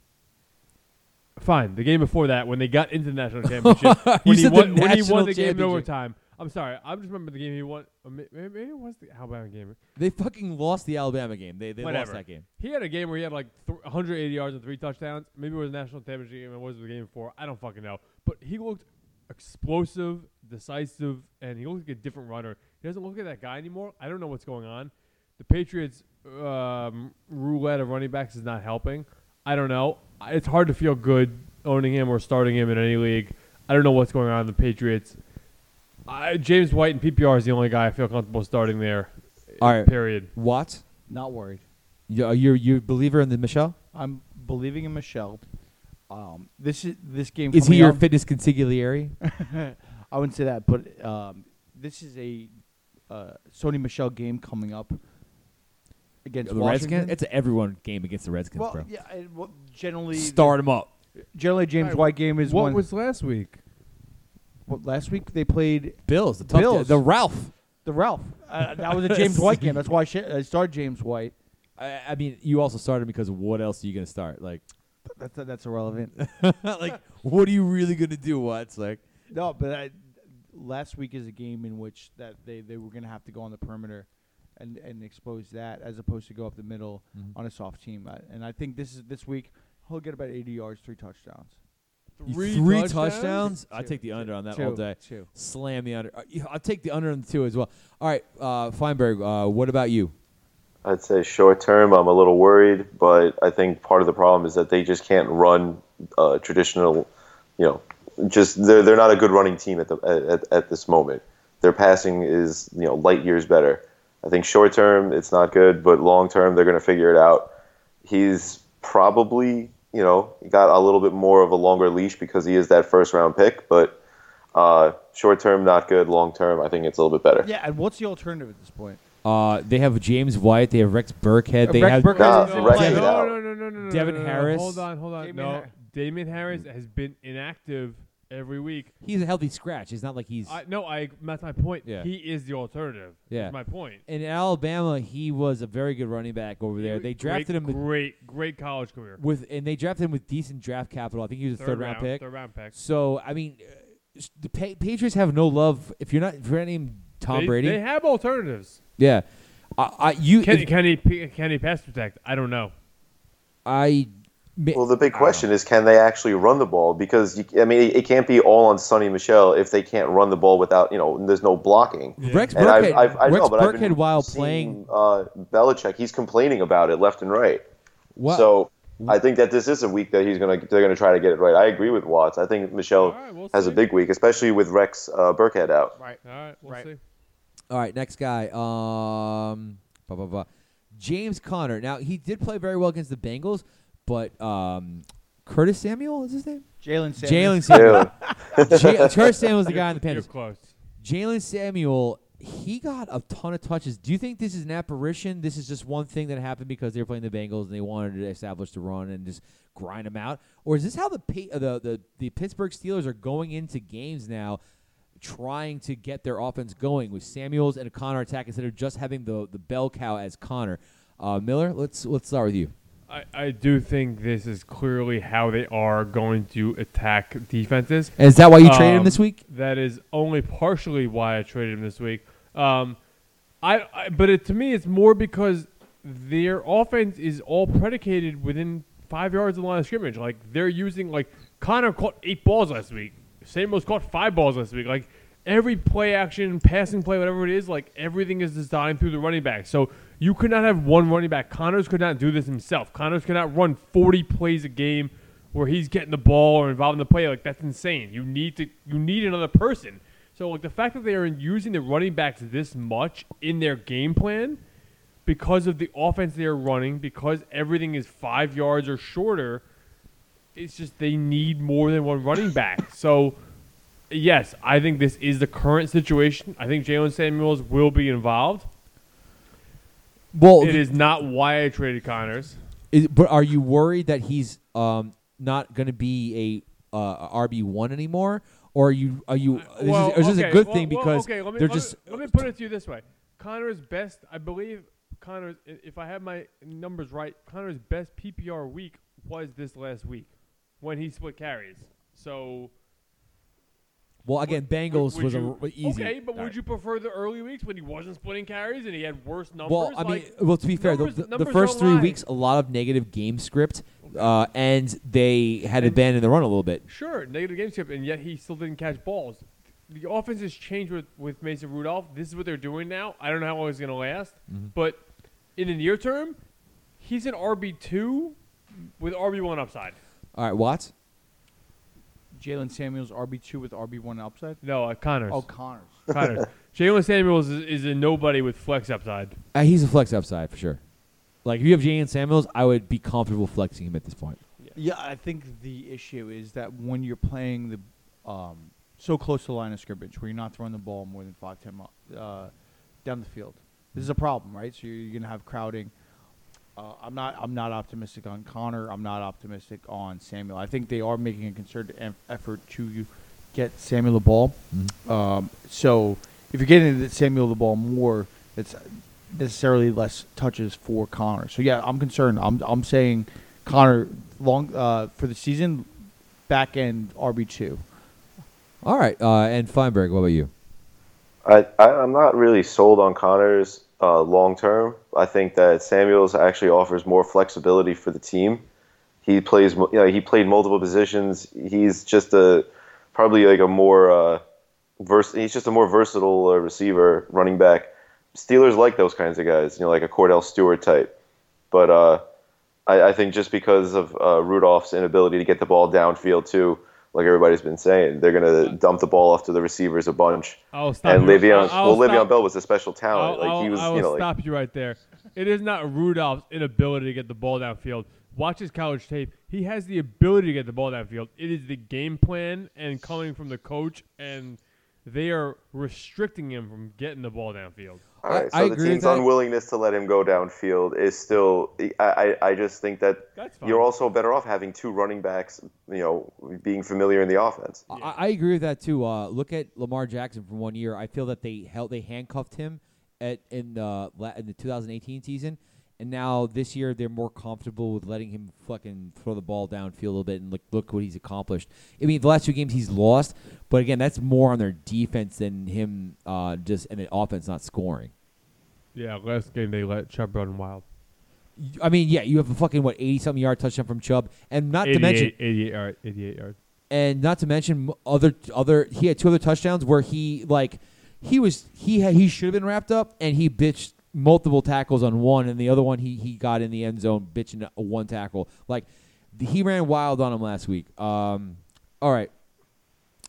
[SPEAKER 4] Fine, the game before that when they got into the national
[SPEAKER 1] <laughs>
[SPEAKER 4] championship. when, he
[SPEAKER 1] said the
[SPEAKER 4] won, when he
[SPEAKER 1] national
[SPEAKER 4] won the game in
[SPEAKER 1] championship.
[SPEAKER 4] overtime. I'm sorry, I just remember the game he won. or may- Maybe, maybe it was the Alabama game.
[SPEAKER 1] They fucking lost the Alabama game. They they
[SPEAKER 4] Whatever.
[SPEAKER 1] lost that game.
[SPEAKER 4] He had a game where he had like th- 180 yards and three touchdowns. Maybe it was the national championship game. It was the game before. I don't fucking know. But he looked explosive, decisive, and he looked like a different runner. He doesn't look like that guy anymore. I don't know what's going on. The Patriots' um, roulette of running backs is not helping. I don't know. I- It's hard to feel good owning him or starting him in any league. I don't know what's going on in the Patriots. I, James White and PPR is the only guy I feel comfortable starting there.
[SPEAKER 1] All right.
[SPEAKER 4] Period.
[SPEAKER 1] What?
[SPEAKER 3] Not worried.
[SPEAKER 1] You you you believer in the Michelle?
[SPEAKER 3] I'm believing in Michelle. Um, this is this game.
[SPEAKER 1] Is he
[SPEAKER 3] coming
[SPEAKER 1] your
[SPEAKER 3] up-
[SPEAKER 1] fitness <laughs> consigliere?
[SPEAKER 3] I wouldn't say that, but um, this is a uh, Sony Michelle game coming up against
[SPEAKER 1] the
[SPEAKER 3] Washington.
[SPEAKER 1] Redskins. It's an everyone game against the Redskins,
[SPEAKER 3] well,
[SPEAKER 1] bro.
[SPEAKER 3] yeah. I- well, generally,
[SPEAKER 1] Start him up.
[SPEAKER 3] generally James
[SPEAKER 4] Alright,
[SPEAKER 3] White game is
[SPEAKER 4] what
[SPEAKER 3] one.
[SPEAKER 4] was last week?
[SPEAKER 3] what, last week they played
[SPEAKER 1] Bills, the tough
[SPEAKER 3] Bills.
[SPEAKER 1] the Ralph.
[SPEAKER 3] the Ralph. Uh, that <laughs> was a James White game. That's why I, sh- I started James White.
[SPEAKER 1] I, I mean, you also started because what else are you gonna start? Like, <laughs>
[SPEAKER 3] That's that's irrelevant. <laughs>
[SPEAKER 1] like what are you really gonna do? What's like?
[SPEAKER 3] No, but I, last week is a game in which that they, they were going to have to go on the perimeter and, and expose that as opposed to go up the middle on a soft team. I, and I think this is this week he'll get about 80 yards, three touchdowns.
[SPEAKER 1] touchdowns. I
[SPEAKER 3] Two.
[SPEAKER 1] take the under on that
[SPEAKER 3] Two.
[SPEAKER 1] all day.
[SPEAKER 3] Two.
[SPEAKER 1] Slam the under. Uh, yeah, I'll take the under on the two as well. All right, uh, Feinberg. Uh, what about you?
[SPEAKER 2] I'd say short term, I'm a little worried, but I think part of the problem is that they just can't run uh, traditional. You know, just they're they're not a good running team at the at, at this moment. Their passing is you know light years better. I think short term it's not good, but long term they're going to figure it out. He's probably you know got a little bit more of a longer leash because he is that first round pick, but uh, short term not good. Long term, I think it's a little bit better.
[SPEAKER 3] Yeah, and what's the alternative at this point?
[SPEAKER 1] Uh, they have James White. They have Rex Burkhead. They
[SPEAKER 3] Rex
[SPEAKER 1] have
[SPEAKER 3] Burkhead
[SPEAKER 2] Nah,
[SPEAKER 3] is in
[SPEAKER 2] Rex
[SPEAKER 3] play.
[SPEAKER 2] is out.
[SPEAKER 4] Ah, No, no, no, no, no, no.
[SPEAKER 1] Devin
[SPEAKER 4] no, no, no.
[SPEAKER 1] Harris.
[SPEAKER 4] Hold on, hold on.
[SPEAKER 3] Damien
[SPEAKER 4] no,
[SPEAKER 3] Har-
[SPEAKER 4] Damien Harris has been inactive every week.
[SPEAKER 1] he's a healthy scratch. It's not like he's.
[SPEAKER 4] I no, I that's my point.
[SPEAKER 1] Yeah.
[SPEAKER 4] He is the alternative.
[SPEAKER 1] Yeah.
[SPEAKER 4] That's my point.
[SPEAKER 1] in Alabama, he was a very good running back over there. They
[SPEAKER 4] Great-
[SPEAKER 1] drafted him with-
[SPEAKER 4] Great, great college career.
[SPEAKER 1] with, and they drafted him with decent draft capital. I think he was a third, round, pick.
[SPEAKER 4] Third round pick.
[SPEAKER 1] So I mean, uh, s- the pa- Patriots have no love if you're not if you're not named Tom
[SPEAKER 4] they,
[SPEAKER 1] Brady.
[SPEAKER 4] They have alternatives.
[SPEAKER 1] yeah, I, I you
[SPEAKER 4] Can,
[SPEAKER 1] if-
[SPEAKER 4] can he p- can he pass protect? I don't know.
[SPEAKER 1] I ma-
[SPEAKER 2] Well, the big question is, can they actually run the ball? Because you, I mean, it, it can't be all on Sonny Michelle if they can't run the ball without you know. There's no blocking.
[SPEAKER 1] Rex
[SPEAKER 2] And I've,
[SPEAKER 1] Burkhead,
[SPEAKER 2] I've, I
[SPEAKER 1] Rex
[SPEAKER 2] know, but I've
[SPEAKER 1] Burkhead
[SPEAKER 2] been
[SPEAKER 1] while
[SPEAKER 2] seeing,
[SPEAKER 1] playing.
[SPEAKER 2] uh, Belichick, he's complaining about it left and right.
[SPEAKER 1] Wow. Mm-hmm.
[SPEAKER 2] So I think that this is a week that he's gonna they're gonna try to get it right. I agree with Watts. I think Michelle
[SPEAKER 4] All right, we'll
[SPEAKER 2] has a
[SPEAKER 4] see.
[SPEAKER 2] big week, especially with Rex uh, Burkhead out.
[SPEAKER 3] Right.
[SPEAKER 4] All right, we'll
[SPEAKER 3] Right.
[SPEAKER 4] see.
[SPEAKER 1] All right, next guy. Um, blah, blah, blah. James Conner. Now he did play very well against the Bengals, but um, Curtis Samuel is his name.
[SPEAKER 3] Jalen <laughs> Samuels.
[SPEAKER 1] Jalen
[SPEAKER 2] Ew.
[SPEAKER 1] Samuel. Ja- Curtis Samuel's the guy on the
[SPEAKER 4] You're
[SPEAKER 1] Panthers.
[SPEAKER 4] close.
[SPEAKER 1] Jalen Samuel. he got a ton of touches. Do you think this is an apparition? This is just one thing that happened because they were playing the Bengals and they wanted to establish the run and just grind them out, or is this how the Pa- uh, the the, the Pittsburgh Steelers are going into games now? Trying to get their offense going with Samuels and a Connor attack instead of just having the, the bell cow as Connor. Uh, Miller, let's let's start with you.
[SPEAKER 4] I, I do think this is clearly how they are going to attack defenses.
[SPEAKER 1] And is that why you traded him
[SPEAKER 4] Um,
[SPEAKER 1] this week?
[SPEAKER 4] That is only partially why I traded him this week. Um, I, I but it, to me, it's more because their offense is all predicated within five yards of the line of scrimmage. Like they're using like Connor caught eight balls last week. Samuel's caught five balls last week. Like every play action, passing play, whatever it is, like everything is designed through the running back. So you could not have one running back. Connors could not do this himself. Connors could not run forty plays a game where he's getting the ball or involved in the play. Like that's insane. You need to you need another person. So like the fact that they are using the running backs this much in their game plan because of the offense they are running, because everything is five yards or shorter, it's just they need more than one running back. So, yes, I think this is the current situation. I think Jalen Samuels will be involved.
[SPEAKER 1] Well,
[SPEAKER 4] It is not why I traded Connors.
[SPEAKER 1] Is, but are you worried that he's um, not going to be a uh, RB one anymore, or are you are you? This
[SPEAKER 4] Well,
[SPEAKER 1] is, or is this
[SPEAKER 4] okay,
[SPEAKER 1] a good
[SPEAKER 4] well-
[SPEAKER 1] thing
[SPEAKER 4] well,
[SPEAKER 1] because
[SPEAKER 4] okay, let me,
[SPEAKER 1] they're
[SPEAKER 4] let
[SPEAKER 1] just
[SPEAKER 4] Me, let me put it to you this way: Connor's best, I believe. Connor's, i- if I have my numbers right, Connor's best PPR week was this last week when he split carries. So
[SPEAKER 1] well again. Bengals
[SPEAKER 4] would
[SPEAKER 1] was
[SPEAKER 4] you-
[SPEAKER 1] a, easy.
[SPEAKER 4] Okay, but
[SPEAKER 1] All
[SPEAKER 4] would
[SPEAKER 1] right.
[SPEAKER 4] you prefer the early weeks when he wasn't splitting carries and he had worse numbers?
[SPEAKER 1] Well, I mean,
[SPEAKER 4] Like,
[SPEAKER 1] well to be fair, the-
[SPEAKER 4] numbers-
[SPEAKER 1] the, the
[SPEAKER 4] numbers
[SPEAKER 1] first
[SPEAKER 4] don't
[SPEAKER 1] three
[SPEAKER 4] lie.
[SPEAKER 1] weeks a lot of negative game script, uh, and they had abandoned the run a little bit.
[SPEAKER 4] sure, negative game script, and yet he still didn't catch balls. The offense has changed with, with Mason Rudolph. This is what they're doing now. I don't know how long it's going to last, but in the near term, he's an RB two with RB one upside.
[SPEAKER 1] All right, Watts.
[SPEAKER 3] Jalen Samuels RB two with RB one upside.
[SPEAKER 4] No, uh, Connors.
[SPEAKER 3] Oh, Connors.
[SPEAKER 4] <laughs> Connors. Jalen Samuels is, is a nobody with flex upside.
[SPEAKER 1] Uh, he's a flex upside for sure. Like if you have Jalen Samuels, I would be comfortable flexing him at this point.
[SPEAKER 3] Yeah, I think the issue is that when you're playing the um, so close to the line of scrimmage, where you're not throwing the ball more than five ten mi- uh, down the field, this is a problem, right? So you're, you're gonna have crowding. Uh, I'm not. I'm not optimistic on Connor. I'm not optimistic on Samuel. I think they are making a concerted em- effort to get Samuel the ball. Um, so if you're getting the- Samuel the ball more, it's necessarily less touches for Connor. So yeah, I'm concerned. I'm I'm saying Connor long uh, for the season, back end RB two.
[SPEAKER 1] All right, uh, and Feinberg, what about you?
[SPEAKER 2] I, I I'm not really sold on Connors uh, long term. I think that Samuels actually offers more flexibility for the team. He plays, mu- you know, he played multiple positions. He's just a probably like a more uh, vers- He's just a more versatile uh, receiver, running back. Steelers like those kinds of guys, you know, like a Cordell Stewart type. But uh, I, I think just because of uh, Rudolph's inability to get the ball downfield too, like everybody's been saying, they're going to dump the ball off to the receivers a bunch
[SPEAKER 4] I'll Oh, stop.
[SPEAKER 2] and
[SPEAKER 4] you.
[SPEAKER 2] Le'Veon,
[SPEAKER 4] I'll- I'll
[SPEAKER 2] well, Le'Veon
[SPEAKER 4] stop-
[SPEAKER 2] Bell was a special
[SPEAKER 4] I'll,
[SPEAKER 2] talent. Oh, like he
[SPEAKER 4] I'll-
[SPEAKER 2] was,
[SPEAKER 4] I will
[SPEAKER 2] you know, like,
[SPEAKER 4] stop you right there. It is not Rudolph's inability to get the ball downfield. Watch his college tape. He has the ability to get the ball downfield. It is the game plan and coming from the coach, and they are restricting him from getting the ball downfield.
[SPEAKER 2] all right.
[SPEAKER 1] I-
[SPEAKER 2] So
[SPEAKER 1] I
[SPEAKER 2] the
[SPEAKER 1] agree with
[SPEAKER 2] team's
[SPEAKER 1] that.
[SPEAKER 2] unwillingness to let him go downfield is still. I, I, I just think that
[SPEAKER 4] That's fine.
[SPEAKER 2] you're also better off having two running backs, you know, being familiar in the offense.
[SPEAKER 1] I, I agree with that too. Uh, look at Lamar Jackson for one year. I feel that they held, they handcuffed him at in the la- in the 2018 season, and now this year they're more comfortable with letting him fucking throw the ball downfield a little bit and look look what he's accomplished. I mean, the last two games he's lost, but again, that's more on their defense than him uh, just and the offense not scoring.
[SPEAKER 4] Yeah, last game they let Chubb run wild.
[SPEAKER 1] You- I mean, yeah, you have a fucking what 80 something yard touchdown from Chubb, and not to
[SPEAKER 4] 88,
[SPEAKER 1] mention
[SPEAKER 4] 88 yard, 88 yard.
[SPEAKER 1] and not to mention m- other other he had two other touchdowns where he like he was he had, he should have been wrapped up and he bitched multiple tackles on one and the other one he he got in the end zone bitching a one tackle like th- he ran wild on him last week um all right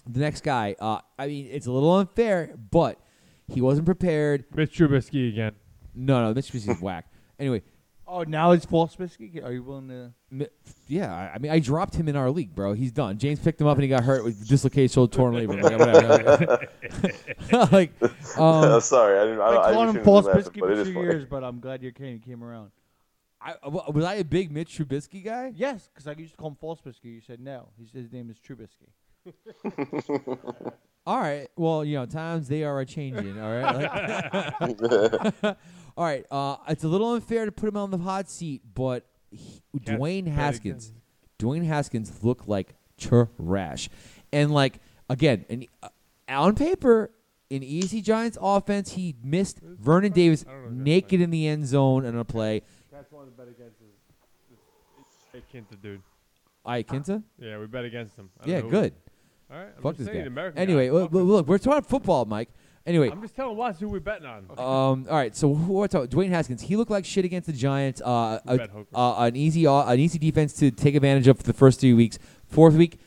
[SPEAKER 1] the next guy uh i mean it's a little unfair but he wasn't prepared
[SPEAKER 4] Mitch Trubisky again.
[SPEAKER 1] no, no, Mitch Trubisky's <laughs> whack. Anyway,
[SPEAKER 3] Oh, now it's false biscuit. Are you willing to?
[SPEAKER 1] M- Yeah, I I mean, I dropped him in our league, bro. He's done. James picked him up and he got hurt with dislocated shoulder, torn labrum. Like, whatever. <laughs> like, um,
[SPEAKER 2] <laughs> I'm sorry. I didn't. I,
[SPEAKER 3] I,
[SPEAKER 2] don't- I
[SPEAKER 3] called
[SPEAKER 2] shouldn't
[SPEAKER 3] him
[SPEAKER 2] have
[SPEAKER 3] false
[SPEAKER 2] laughed,
[SPEAKER 3] biscuit
[SPEAKER 2] but it
[SPEAKER 3] for
[SPEAKER 2] is
[SPEAKER 3] two
[SPEAKER 2] funny.
[SPEAKER 3] years, but I'm glad you came, came around.
[SPEAKER 1] I, w- was I a big Mitch Trubisky guy?
[SPEAKER 3] Yes, because I used to call him false biscuit. You said no. He said his name is Trubisky.
[SPEAKER 1] All right. Well, you know, times they are a changing. All right. Like- <laughs> all right. Uh, it's a little unfair to put him on the hot seat, but he,
[SPEAKER 4] Cats
[SPEAKER 1] Dwayne
[SPEAKER 4] better
[SPEAKER 1] Haskins,
[SPEAKER 4] guess.
[SPEAKER 1] Dwayne Haskins looked like trash, and like again, and uh, on paper, in easy Giants offense, he missed Vernon Davis
[SPEAKER 4] I don't know if that's
[SPEAKER 1] naked in the end zone on a play.
[SPEAKER 4] That's one to bet against. Is, hey, Kinta, dude.
[SPEAKER 1] Iakinta,
[SPEAKER 4] Yeah, we bet against him. I don't
[SPEAKER 1] yeah,
[SPEAKER 4] know who-
[SPEAKER 1] good.
[SPEAKER 4] All right. I'm
[SPEAKER 1] Fuck
[SPEAKER 4] just
[SPEAKER 1] this
[SPEAKER 4] saying,
[SPEAKER 1] guy.
[SPEAKER 4] American
[SPEAKER 1] Anyway,
[SPEAKER 4] guy.
[SPEAKER 1] well,
[SPEAKER 4] Fuck him.
[SPEAKER 1] look, we're talking football, Mike. Anyway,
[SPEAKER 4] I'm just telling Watts who we're betting on.
[SPEAKER 1] Um. All right. So who we're talking? Dwayne Haskins. He looked like shit against the Giants. Uh,
[SPEAKER 4] We
[SPEAKER 1] a-
[SPEAKER 4] bet Hoker.
[SPEAKER 1] uh, an easy, uh, an easy defense to take advantage of for the first three weeks. Fourth week,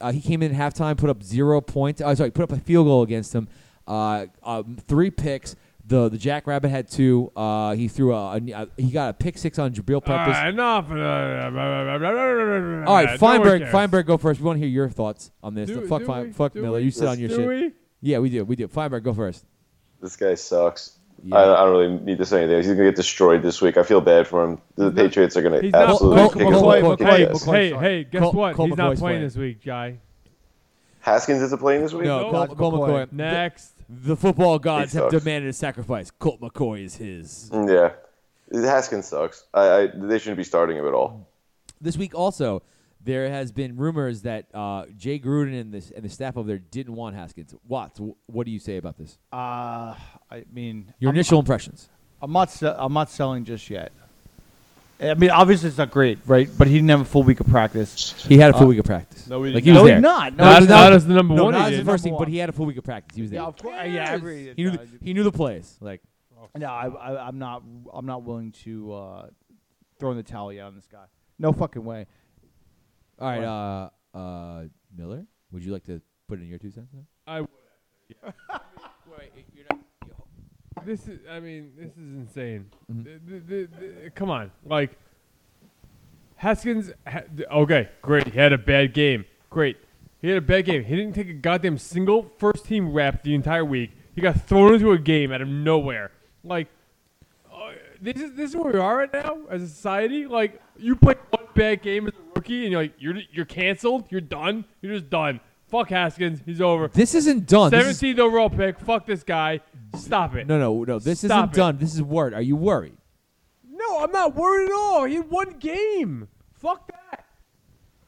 [SPEAKER 1] uh, he came in at halftime, put up zero points. Uh, sorry, put up a field goal against them. Uh, um, three picks. The the Jackrabbit had two. Uh, he threw a, a he got a pick six on Jabril
[SPEAKER 4] All
[SPEAKER 1] Peppers.
[SPEAKER 4] right, enough. All
[SPEAKER 1] All right, Feinberg. Feinberg, go first. We want to hear your thoughts on this.
[SPEAKER 4] Do-
[SPEAKER 1] fuck
[SPEAKER 4] do
[SPEAKER 1] Fein-
[SPEAKER 4] we-
[SPEAKER 1] fuck
[SPEAKER 4] do
[SPEAKER 1] Miller.
[SPEAKER 4] we-
[SPEAKER 1] You sit on your
[SPEAKER 4] do
[SPEAKER 1] shit.
[SPEAKER 4] we?
[SPEAKER 1] Yeah, we do. We do. Feinberg, go first.
[SPEAKER 2] This guy sucks.
[SPEAKER 1] Yeah.
[SPEAKER 2] I, I don't really need to say anything. He's gonna get destroyed this week. I feel bad for him. The
[SPEAKER 4] He's not-
[SPEAKER 2] Patriots are gonna
[SPEAKER 4] He's not
[SPEAKER 2] absolutely
[SPEAKER 4] playing.
[SPEAKER 1] Col-
[SPEAKER 2] kick his
[SPEAKER 1] Col- Col- Col-
[SPEAKER 2] butt. Yes.
[SPEAKER 1] Col-
[SPEAKER 4] Hey,
[SPEAKER 3] sorry.
[SPEAKER 4] hey, guess
[SPEAKER 1] Col-
[SPEAKER 4] what?
[SPEAKER 1] Colt
[SPEAKER 4] He's not
[SPEAKER 1] McCoy's
[SPEAKER 4] playing
[SPEAKER 1] playing.
[SPEAKER 4] this week, Jai.
[SPEAKER 2] Haskins isn't playing this week.
[SPEAKER 1] No, Colt,
[SPEAKER 3] Colt
[SPEAKER 1] Colt McCoy.
[SPEAKER 3] McCoy.
[SPEAKER 4] Next.
[SPEAKER 1] The football gods
[SPEAKER 2] He
[SPEAKER 1] have
[SPEAKER 2] sucks.
[SPEAKER 1] demanded a sacrifice. Colt McCoy is his.
[SPEAKER 2] Mm, Yeah, Haskins sucks. I, I they shouldn't be starting him at all.
[SPEAKER 1] This week also, there has been rumors that uh, Jay Gruden and the, and the staff over there didn't want Haskins. Watts, wh- what do you say about this?
[SPEAKER 3] Uh, I mean,
[SPEAKER 1] Your
[SPEAKER 3] I'm,
[SPEAKER 1] initial impressions.
[SPEAKER 3] I'm not. Se- I'm not selling just yet. I mean, obviously it's not great, right? But he didn't have a full week of practice.
[SPEAKER 1] He had a full week of practice.
[SPEAKER 4] no, he
[SPEAKER 1] like
[SPEAKER 4] did
[SPEAKER 1] he was
[SPEAKER 4] not.
[SPEAKER 3] No,
[SPEAKER 1] there.
[SPEAKER 3] he's not. No,
[SPEAKER 4] Not-
[SPEAKER 3] he's
[SPEAKER 4] not
[SPEAKER 3] not.
[SPEAKER 4] as the number
[SPEAKER 1] Uh, No,
[SPEAKER 4] one.
[SPEAKER 1] not
[SPEAKER 4] he
[SPEAKER 1] as the
[SPEAKER 4] did.
[SPEAKER 1] first team,
[SPEAKER 3] Number
[SPEAKER 1] but he had a full week of practice. He was there.
[SPEAKER 3] Yeah, of course. Yeah, I agree.
[SPEAKER 1] He knew, the, he knew the plays. Like
[SPEAKER 3] No, I, I, I'm not. I'm not willing to uh, throw in the towel yet on this guy. No fucking way.
[SPEAKER 1] all right, uh, uh, Miller, would you like to put in your two cents? Now?
[SPEAKER 4] I would. This is, I mean, this is insane. Th- th- th- th- come on, like Haskins. Ha- d- okay, great. He had a bad game. Great. He had a bad game. He didn't take a goddamn single first team rep the entire week. He got thrown into a game out of nowhere. Like, uh, this is this is where we are right now as a society. Like, you play one bad game as a rookie, and you're like, you're you're canceled. You're done. You're just done. Fuck Haskins. He's over.
[SPEAKER 1] This isn't done. Oh, This is-
[SPEAKER 4] 17th overall pick. Fuck this guy. Stop it.
[SPEAKER 1] no, no, no. This
[SPEAKER 4] Stop
[SPEAKER 1] isn't
[SPEAKER 4] it.
[SPEAKER 1] done. This is word. Are you worried?
[SPEAKER 4] No, I'm not worried at all. He had one game. Fuck that.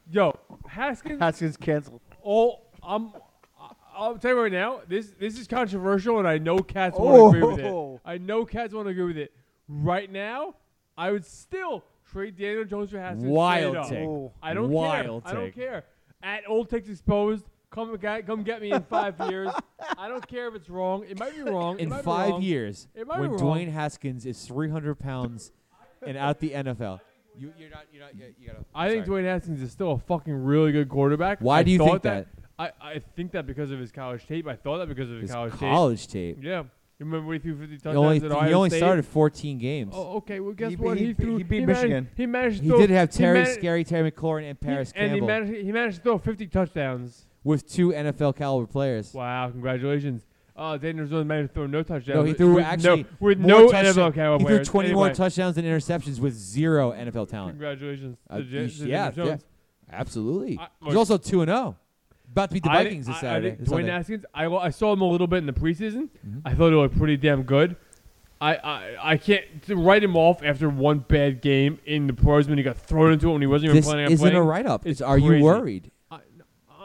[SPEAKER 4] Yo, Haskins.
[SPEAKER 3] Haskins canceled.
[SPEAKER 4] all I'm. I- I'll tell you right now. This this is controversial, and I know cats won't agree with it.
[SPEAKER 3] Oh.
[SPEAKER 4] I know cats won't agree with it. Right now, I would still trade Daniel Jones for Haskins. straight
[SPEAKER 1] Wild
[SPEAKER 4] up.
[SPEAKER 1] take.
[SPEAKER 4] I don't
[SPEAKER 1] Wild
[SPEAKER 4] care. I don't
[SPEAKER 1] take.
[SPEAKER 4] care. At Old Takes Exposed, come guy, come get me in five <laughs> years. I don't care if it's wrong. It might be wrong. It
[SPEAKER 1] in
[SPEAKER 4] might be
[SPEAKER 1] five
[SPEAKER 4] wrong.
[SPEAKER 1] years
[SPEAKER 4] It might be
[SPEAKER 1] when
[SPEAKER 4] wrong.
[SPEAKER 1] Dwayne Haskins is 300 pounds and out the NFL. You, you're not. You're not. You, you gotta,
[SPEAKER 4] I think
[SPEAKER 1] sorry.
[SPEAKER 4] Dwayne Haskins is still a fucking really good quarterback.
[SPEAKER 1] Why
[SPEAKER 4] I
[SPEAKER 1] do you
[SPEAKER 4] thought
[SPEAKER 1] think
[SPEAKER 4] I, I think that because of his college tape. I thought that because of his,
[SPEAKER 1] His
[SPEAKER 4] college,
[SPEAKER 1] college tape.
[SPEAKER 4] tape. Yeah. You remember he threw 50 touchdowns
[SPEAKER 1] He only,
[SPEAKER 4] at
[SPEAKER 1] he
[SPEAKER 4] Ohio
[SPEAKER 1] only
[SPEAKER 4] State?
[SPEAKER 1] started 14 games.
[SPEAKER 4] Oh, okay. Well, guess
[SPEAKER 3] He-
[SPEAKER 4] what?
[SPEAKER 3] he-
[SPEAKER 4] He, threw.
[SPEAKER 3] he beat
[SPEAKER 4] managed-
[SPEAKER 3] Michigan.
[SPEAKER 4] he managed to
[SPEAKER 1] he
[SPEAKER 4] throw,
[SPEAKER 1] did have
[SPEAKER 4] he
[SPEAKER 1] Terry,
[SPEAKER 4] managed-
[SPEAKER 1] Scary Terry McLaurin, and Paris
[SPEAKER 4] And he
[SPEAKER 1] Campbell
[SPEAKER 4] managed, he managed to throw 50 touchdowns.
[SPEAKER 1] with two NFL caliber players.
[SPEAKER 4] Wow! Congratulations. Uh, Daniel Jones managed to throw no touchdowns.
[SPEAKER 1] No, he
[SPEAKER 4] with-
[SPEAKER 1] threw
[SPEAKER 4] with
[SPEAKER 1] actually
[SPEAKER 4] no, with
[SPEAKER 1] more
[SPEAKER 4] no
[SPEAKER 1] touchdown-
[SPEAKER 4] NFL caliber
[SPEAKER 1] He threw
[SPEAKER 4] players.
[SPEAKER 1] 20 more
[SPEAKER 4] Anyway,
[SPEAKER 1] touchdowns and interceptions with zero NFL talent.
[SPEAKER 4] Congratulations
[SPEAKER 1] Uh,
[SPEAKER 4] to, Ja-
[SPEAKER 1] you
[SPEAKER 4] to
[SPEAKER 1] sh-
[SPEAKER 4] Daniel
[SPEAKER 1] yeah, yeah.
[SPEAKER 4] Jones.
[SPEAKER 1] Absolutely.
[SPEAKER 4] I-
[SPEAKER 1] He's
[SPEAKER 4] look-
[SPEAKER 1] also two and zero. About to beat the
[SPEAKER 4] I thi-
[SPEAKER 1] Vikings this
[SPEAKER 4] I- I
[SPEAKER 1] Saturday.
[SPEAKER 4] think
[SPEAKER 1] this
[SPEAKER 4] Dwayne
[SPEAKER 1] Sunday.
[SPEAKER 4] Haskins, I, wa- I saw him a little bit in the preseason.
[SPEAKER 1] Mm-hmm.
[SPEAKER 4] I thought he looked pretty damn good. I, I, I can't to write him off after one bad game in the pros when he got thrown into it when he wasn't even
[SPEAKER 1] This
[SPEAKER 4] planning on
[SPEAKER 1] isn't a
[SPEAKER 4] playing.
[SPEAKER 1] write-up.
[SPEAKER 4] It's
[SPEAKER 1] It's, are
[SPEAKER 4] crazy.
[SPEAKER 1] you worried?
[SPEAKER 4] I,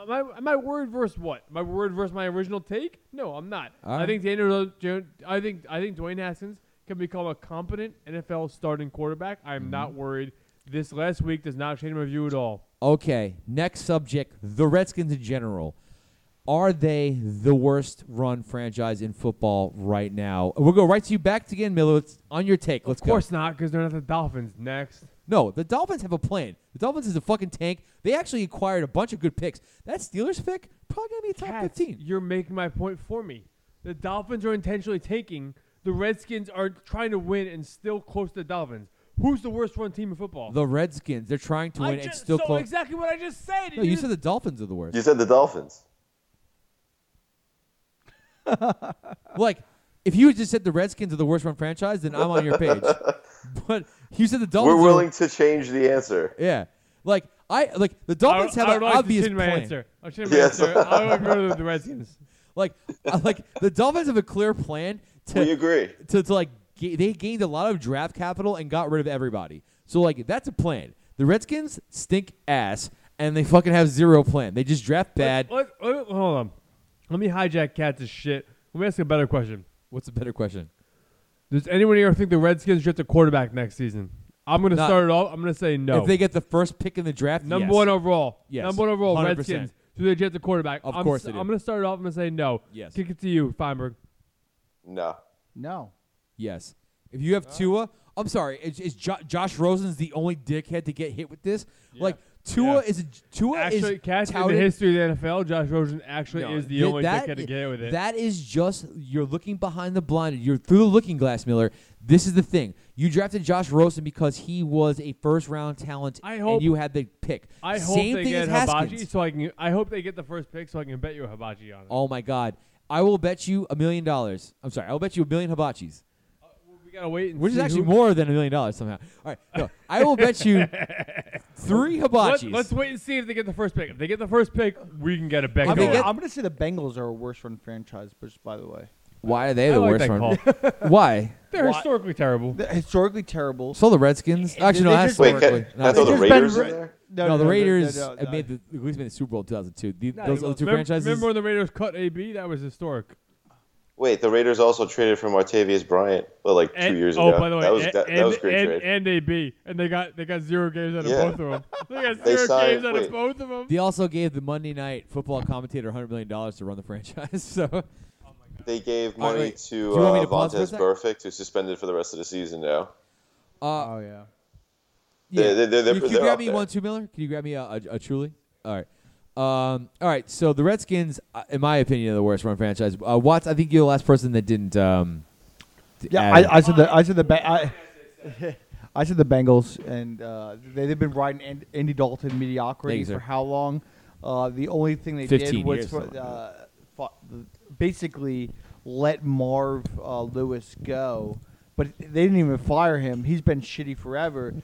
[SPEAKER 4] am, I, am I worried versus what? Am I worried versus my original take? No, I'm not.
[SPEAKER 1] All
[SPEAKER 4] I
[SPEAKER 1] right.
[SPEAKER 4] think Daniel. Jo- I think I think Dwayne Haskins can become a competent NFL starting quarterback. I'm
[SPEAKER 1] Mm-hmm.
[SPEAKER 4] not worried. This last week does not change my view at all.
[SPEAKER 1] Okay, next subject the Redskins in general. Are they the worst run franchise in football right now? We'll go right to you back to again, Miller. It's on your take. Let's
[SPEAKER 4] Of course not, because they're not the Dolphins. Next.
[SPEAKER 1] No, the Dolphins have a plan. The Dolphins is a fucking tank. They actually acquired a bunch of good picks. That Steelers pick probably gonna be a top
[SPEAKER 4] Cats,
[SPEAKER 1] fifteen.
[SPEAKER 4] You're making my point for me. The Dolphins are intentionally tanking. The Redskins are trying to win and still close to the Dolphins. Who's the worst run team in football?
[SPEAKER 1] The Redskins. They're trying to
[SPEAKER 4] I
[SPEAKER 1] win. and
[SPEAKER 4] just,
[SPEAKER 1] still
[SPEAKER 4] so
[SPEAKER 1] close.
[SPEAKER 4] exactly what I just said.
[SPEAKER 1] no, you said the Dolphins are the worst.
[SPEAKER 2] You said the Dolphins.
[SPEAKER 1] Like, if you had just said the Redskins are the worst run franchise, then I'm on your
[SPEAKER 4] <laughs>
[SPEAKER 1] page. but you said the Dolphins.
[SPEAKER 2] We're
[SPEAKER 1] are-
[SPEAKER 2] willing to change the answer.
[SPEAKER 1] yeah. Like I like the
[SPEAKER 4] I,
[SPEAKER 1] Dolphins
[SPEAKER 4] I
[SPEAKER 1] have
[SPEAKER 4] would
[SPEAKER 1] an
[SPEAKER 4] like
[SPEAKER 1] obvious
[SPEAKER 4] to change my
[SPEAKER 1] plan.
[SPEAKER 4] answer. I'll change my
[SPEAKER 2] Yes.
[SPEAKER 4] answer. I would go to the Redskins.
[SPEAKER 1] Like I- like the Dolphins have a clear plan to
[SPEAKER 2] We agree.
[SPEAKER 1] to, to like ga- they gained a lot of draft capital and got rid of everybody. So like that's a plan. The Redskins stink ass and they fucking have zero plan. They just draft bad.
[SPEAKER 4] Let, let- let- hold on. Let me hijack Katz's shit. Let me ask you a better question.
[SPEAKER 1] What's a better question?
[SPEAKER 4] Does anyone here think the Redskins draft a quarterback next season? I'm gonna
[SPEAKER 1] Not-
[SPEAKER 4] start it off. I'm gonna say no.
[SPEAKER 1] If they get the first pick in the draft,
[SPEAKER 4] Number
[SPEAKER 1] yes.
[SPEAKER 4] one overall.
[SPEAKER 1] Yes.
[SPEAKER 4] Number one overall.
[SPEAKER 1] 100%.
[SPEAKER 4] Redskins. Do they draft the quarterback?
[SPEAKER 1] Of
[SPEAKER 4] I'm
[SPEAKER 1] course they do.
[SPEAKER 4] I'm gonna start it off. I'm gonna say no.
[SPEAKER 1] Yes.
[SPEAKER 4] Kick it to you, Feinberg.
[SPEAKER 2] No.
[SPEAKER 3] No.
[SPEAKER 1] Yes. If you have Tua, I'm sorry, is, is jo- Josh Rosen's the only dickhead to get hit with this? Like Tua
[SPEAKER 4] Yeah.
[SPEAKER 1] is a, Tua
[SPEAKER 4] actually,
[SPEAKER 1] is
[SPEAKER 4] Katz in the
[SPEAKER 1] touted-
[SPEAKER 4] history of the NFL, Josh Rosen actually
[SPEAKER 1] No,
[SPEAKER 4] is the
[SPEAKER 1] th-
[SPEAKER 4] only
[SPEAKER 1] that
[SPEAKER 4] dickhead to
[SPEAKER 1] i-
[SPEAKER 4] get with it.
[SPEAKER 1] That is just you're looking behind the blind. You're through the looking glass, Miller. This is the thing. You drafted Josh Rosen because he was a first round talent,
[SPEAKER 4] I hope-
[SPEAKER 1] and you had the pick.
[SPEAKER 4] I hope
[SPEAKER 1] Same
[SPEAKER 4] they
[SPEAKER 1] thing as
[SPEAKER 4] get Hibachi
[SPEAKER 1] Haskins.
[SPEAKER 4] so I can. I hope they get the first pick so I can bet you a Hibachi on it.
[SPEAKER 1] Oh my God! I will bet you a million dollars. I'm sorry. I will bet you a million hibachis,
[SPEAKER 4] we gotta wait. And
[SPEAKER 1] which is
[SPEAKER 4] see
[SPEAKER 1] actually
[SPEAKER 4] who-
[SPEAKER 1] more than a million dollars somehow. All right, no, I will bet
[SPEAKER 4] <laughs>
[SPEAKER 1] you three
[SPEAKER 4] Let,
[SPEAKER 1] hibachis.
[SPEAKER 4] us wait and see if they get the first pick. If they get the first pick, we can get a bet.
[SPEAKER 1] I mean,
[SPEAKER 3] I'm,
[SPEAKER 4] going.
[SPEAKER 3] gonna,
[SPEAKER 1] get-
[SPEAKER 3] I'm gonna say the Bengals are a worse run franchise, but just by the way,
[SPEAKER 1] Why are they
[SPEAKER 4] I
[SPEAKER 1] the
[SPEAKER 4] like
[SPEAKER 1] worst
[SPEAKER 4] that
[SPEAKER 1] one? <laughs> Why?
[SPEAKER 4] They're historically terrible.
[SPEAKER 3] They're historically terrible.
[SPEAKER 1] So the Redskins. Actually, no.
[SPEAKER 3] they
[SPEAKER 1] That's
[SPEAKER 3] just-
[SPEAKER 2] Wait,
[SPEAKER 1] historically.
[SPEAKER 2] can,
[SPEAKER 1] No,
[SPEAKER 2] can I throw
[SPEAKER 1] they
[SPEAKER 2] the
[SPEAKER 1] just-
[SPEAKER 3] It's been
[SPEAKER 2] Raiders
[SPEAKER 3] re-
[SPEAKER 2] in there?
[SPEAKER 1] No,
[SPEAKER 3] No,
[SPEAKER 1] the Raiders
[SPEAKER 3] no, no,
[SPEAKER 1] uh, made the at least made the Super Bowl in 2002. The,
[SPEAKER 4] Nah,
[SPEAKER 1] those other two
[SPEAKER 4] they both- remember,
[SPEAKER 1] franchises.
[SPEAKER 4] Remember when the Raiders cut AB? That was historic.
[SPEAKER 2] Wait, the Raiders also traded for Martavius Bryant, well, like two
[SPEAKER 4] And-
[SPEAKER 2] years
[SPEAKER 4] oh,
[SPEAKER 2] ago.
[SPEAKER 4] by the way,
[SPEAKER 2] that was
[SPEAKER 4] and,
[SPEAKER 2] that, that was a great
[SPEAKER 4] and,
[SPEAKER 2] trade.
[SPEAKER 4] and AB, and they got they got zero games out of
[SPEAKER 2] Yeah.
[SPEAKER 4] both of them. They
[SPEAKER 2] <laughs>
[SPEAKER 4] got
[SPEAKER 2] They
[SPEAKER 4] zero
[SPEAKER 2] signed-
[SPEAKER 4] games out of
[SPEAKER 2] wait.
[SPEAKER 4] both of them.
[SPEAKER 1] they also gave the Monday Night Football commentator 100 million dollars to run the franchise. <laughs> So
[SPEAKER 2] they
[SPEAKER 1] All
[SPEAKER 2] gave
[SPEAKER 1] right,
[SPEAKER 2] money
[SPEAKER 1] wait. Do you
[SPEAKER 2] to
[SPEAKER 1] want me
[SPEAKER 2] uh,
[SPEAKER 1] to pause for a
[SPEAKER 2] Vontez
[SPEAKER 1] sec?
[SPEAKER 2] Burfict, who's suspended for the rest of the season now.
[SPEAKER 1] uh,
[SPEAKER 3] Oh yeah.
[SPEAKER 1] yeah.
[SPEAKER 2] they- they're-
[SPEAKER 1] Can
[SPEAKER 2] they're-
[SPEAKER 1] you- can you
[SPEAKER 2] they're
[SPEAKER 1] grab
[SPEAKER 2] up
[SPEAKER 1] me
[SPEAKER 2] there.
[SPEAKER 1] one two Miller? Can you grab me a, a, a truly? All right. Um, all right. So the Redskins, uh, in my opinion, are the worst run franchise. Uh, Watts, I think you're the last person that didn't. Um, d-
[SPEAKER 3] Yeah,
[SPEAKER 1] add-
[SPEAKER 3] I, I said the I said the ba- I, <laughs> I said the Bengals, and uh, they, they've been riding An- Andy Dalton mediocrity
[SPEAKER 1] Thank you, sir.
[SPEAKER 3] for how long? Uh, the only thing they
[SPEAKER 1] 15
[SPEAKER 3] did was
[SPEAKER 1] years,
[SPEAKER 3] for,
[SPEAKER 1] something like
[SPEAKER 3] uh, fu- basically let Marv uh, Lewis go, but they didn't even fire him. He's been shitty forever.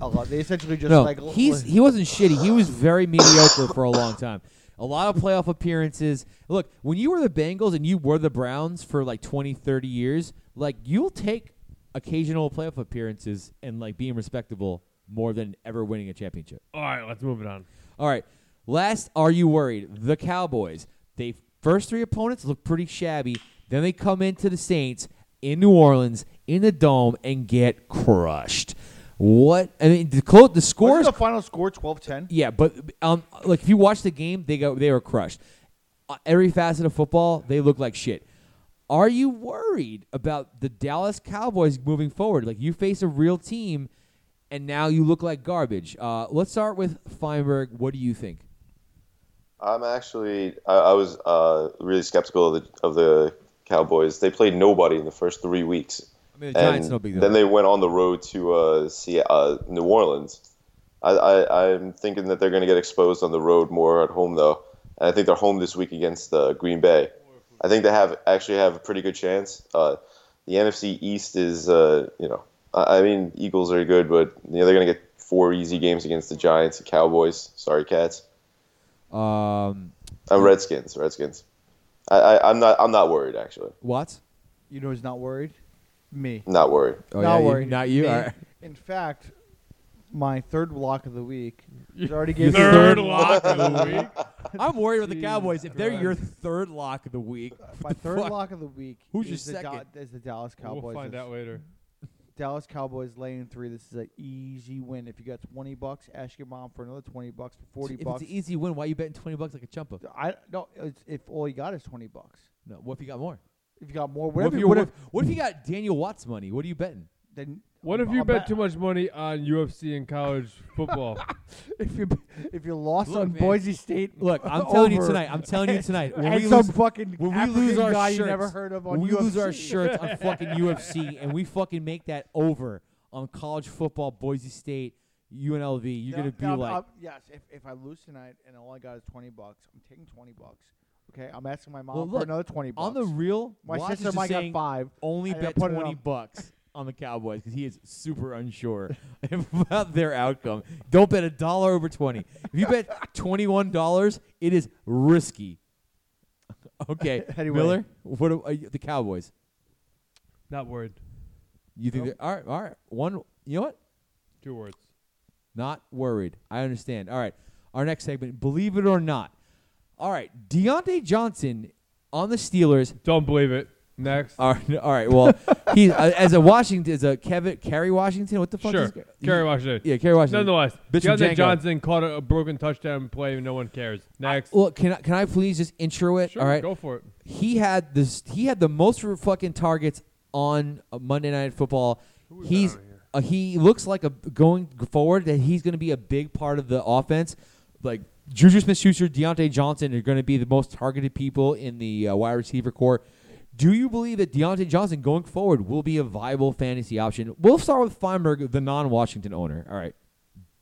[SPEAKER 3] Uh, they essentially just
[SPEAKER 1] no,
[SPEAKER 3] like l-
[SPEAKER 1] he's he wasn't shitty. He was very <laughs> mediocre for a long time. A lot of playoff appearances. Look, when you were the Bengals and you were the Browns for like 20, 30 years, like you'll take occasional playoff appearances and like being respectable more than ever winning a championship.
[SPEAKER 4] All right, let's move it on.
[SPEAKER 1] All right. Last, are you worried? The Cowboys. They first three opponents look pretty shabby. Then they come into the Saints in New Orleans in the dome and get crushed. What I mean, the, clo- the
[SPEAKER 3] Wasn't
[SPEAKER 1] scores
[SPEAKER 3] the final score 12-10?
[SPEAKER 1] yeah, but um, like if you watch the game, they go they were crushed. Uh, every facet of football, they look like shit. Are you worried about the Dallas Cowboys moving forward? Like you face a real team, and now you look like garbage. Uh, let's start with Feinberg. What do you think?
[SPEAKER 2] I'm actually, I, I was uh, really skeptical of the, of the Cowboys. They played nobody in the first three weeks.
[SPEAKER 1] I mean, the
[SPEAKER 2] and
[SPEAKER 1] Giants no big deal.
[SPEAKER 2] then they went on the road to uh, see, uh, New Orleans. I, I, I'm thinking that they're going to get exposed on the road more at home, though. And I think they're home this week against uh, Green Bay. I think they have actually have a pretty good chance. Uh, the NFC East is, uh, you know, I, I mean, Eagles are good, but you know, they're going to get four easy games against the Giants and Cowboys. Sorry, Cats.
[SPEAKER 1] Um,
[SPEAKER 2] Uh, Redskins, Redskins. I, I, I'm not. I'm not worried. Actually,
[SPEAKER 1] Watts?
[SPEAKER 3] You know, he's not worried. Me.
[SPEAKER 2] not worried.
[SPEAKER 1] Oh,
[SPEAKER 3] not
[SPEAKER 1] yeah, you-
[SPEAKER 3] worried.
[SPEAKER 1] not you.
[SPEAKER 3] Me.
[SPEAKER 1] All right.
[SPEAKER 3] In fact, my third block of
[SPEAKER 1] <laughs>
[SPEAKER 3] the week is already
[SPEAKER 4] Third,
[SPEAKER 3] gave me-
[SPEAKER 4] lock of the week.
[SPEAKER 1] <laughs> I'm worried about the
[SPEAKER 3] Jesus
[SPEAKER 1] Cowboys if they're
[SPEAKER 3] Christ.
[SPEAKER 1] your third lock of the week.
[SPEAKER 3] <laughs> My third
[SPEAKER 1] fuck?
[SPEAKER 3] lock of the week.
[SPEAKER 1] Who's
[SPEAKER 3] is
[SPEAKER 1] your
[SPEAKER 3] the Dal-
[SPEAKER 1] second?
[SPEAKER 3] is the Dallas Cowboys.
[SPEAKER 4] We'll find
[SPEAKER 3] It's
[SPEAKER 4] out later.
[SPEAKER 3] Dallas Cowboys laying three. This is an easy win. If you got twenty bucks, ask your mom for another twenty bucks for forty
[SPEAKER 1] if
[SPEAKER 3] bucks.
[SPEAKER 1] it's an easy win, why you betting twenty bucks like a chumpa?
[SPEAKER 3] I no. It's, if all you got is twenty bucks,
[SPEAKER 1] No, what if you got more?
[SPEAKER 3] if you got more,
[SPEAKER 1] What
[SPEAKER 3] whatever.
[SPEAKER 1] if,
[SPEAKER 3] you
[SPEAKER 1] you, what,
[SPEAKER 3] whatever
[SPEAKER 1] if, what if you got Daniel Watts money? What are you betting?
[SPEAKER 3] then
[SPEAKER 4] What if
[SPEAKER 3] I'm-
[SPEAKER 4] you
[SPEAKER 3] I'm
[SPEAKER 4] bet too much money on UFC and college football?
[SPEAKER 3] <laughs> If you if you lost
[SPEAKER 1] Look,
[SPEAKER 3] on
[SPEAKER 1] man.
[SPEAKER 3] Boise State,
[SPEAKER 1] Look,
[SPEAKER 3] <laughs>
[SPEAKER 1] I'm telling you
[SPEAKER 3] over
[SPEAKER 1] tonight. I'm telling you tonight.
[SPEAKER 3] <laughs>
[SPEAKER 1] When
[SPEAKER 3] and
[SPEAKER 1] we
[SPEAKER 3] some
[SPEAKER 1] lose,
[SPEAKER 3] fucking
[SPEAKER 1] when we
[SPEAKER 3] African
[SPEAKER 1] lose our
[SPEAKER 3] guy
[SPEAKER 1] shirts,
[SPEAKER 3] you never heard of on <laughs>
[SPEAKER 1] when we lose our
[SPEAKER 3] UFC.
[SPEAKER 1] shirts on fucking UFC, and we fucking make that over on college football, Boise State, UNLV, you're
[SPEAKER 3] No,
[SPEAKER 1] gonna be
[SPEAKER 3] no, I'm-
[SPEAKER 1] like,
[SPEAKER 3] I'm- yes. If, if I lose tonight and all I got is twenty bucks, I'm taking twenty bucks. Okay, I'm asking my mom
[SPEAKER 1] Well, look,
[SPEAKER 3] for another twenty bucks.
[SPEAKER 1] on the real,
[SPEAKER 3] my
[SPEAKER 1] Watch is
[SPEAKER 3] sister
[SPEAKER 1] just
[SPEAKER 3] might got
[SPEAKER 1] saying,
[SPEAKER 3] five.
[SPEAKER 1] only
[SPEAKER 3] and I
[SPEAKER 1] bet
[SPEAKER 3] put it on.
[SPEAKER 1] twenty bucks on the Cowboys because he is super unsure <laughs> about their outcome. Don't bet a dollar over twenty. If you
[SPEAKER 3] <laughs>
[SPEAKER 1] bet twenty one dollars, it is risky. Okay,
[SPEAKER 3] <laughs> Anyway.
[SPEAKER 1] Miller, what do- uh, the Cowboys?
[SPEAKER 4] <laughs> Not word.
[SPEAKER 1] You think?
[SPEAKER 3] Nope.
[SPEAKER 1] they- All right, all right. One. You know what?
[SPEAKER 4] Two words.
[SPEAKER 1] Not worried. I understand. All right. Our next segment, believe it or not. All right. Deontay Johnson on the Steelers.
[SPEAKER 4] Don't believe it. Next.
[SPEAKER 1] All right. <laughs> All right
[SPEAKER 4] <laughs>
[SPEAKER 1] well, he's uh, as a Washington, as a Kevin Kerry Washington. What the fuck?
[SPEAKER 4] sure.
[SPEAKER 1] Is,
[SPEAKER 4] Kerry Washington.
[SPEAKER 1] Yeah, Kerry Washington.
[SPEAKER 4] Nonetheless,
[SPEAKER 1] Bitch from
[SPEAKER 4] Deontay
[SPEAKER 1] Django.
[SPEAKER 4] Johnson caught a, a broken touchdown play and no one cares. Next.
[SPEAKER 1] Well, can I, can I please just intro it?
[SPEAKER 4] sure,
[SPEAKER 1] all right.
[SPEAKER 4] go for it.
[SPEAKER 1] He had this. He had the most r- fucking targets on uh, Monday Night Football.
[SPEAKER 4] we got
[SPEAKER 1] He's
[SPEAKER 4] out here?
[SPEAKER 1] uh, he looks like a going forward that he's going to be a big part of the offense. Like Juju Smith-Schuster, Deontay Johnson are going to be the most targeted people in the uh, wide receiver core. Do you believe that Deontay Johnson going forward will be a viable fantasy option? We'll start with Feinberg, the non-Washington owner. All right.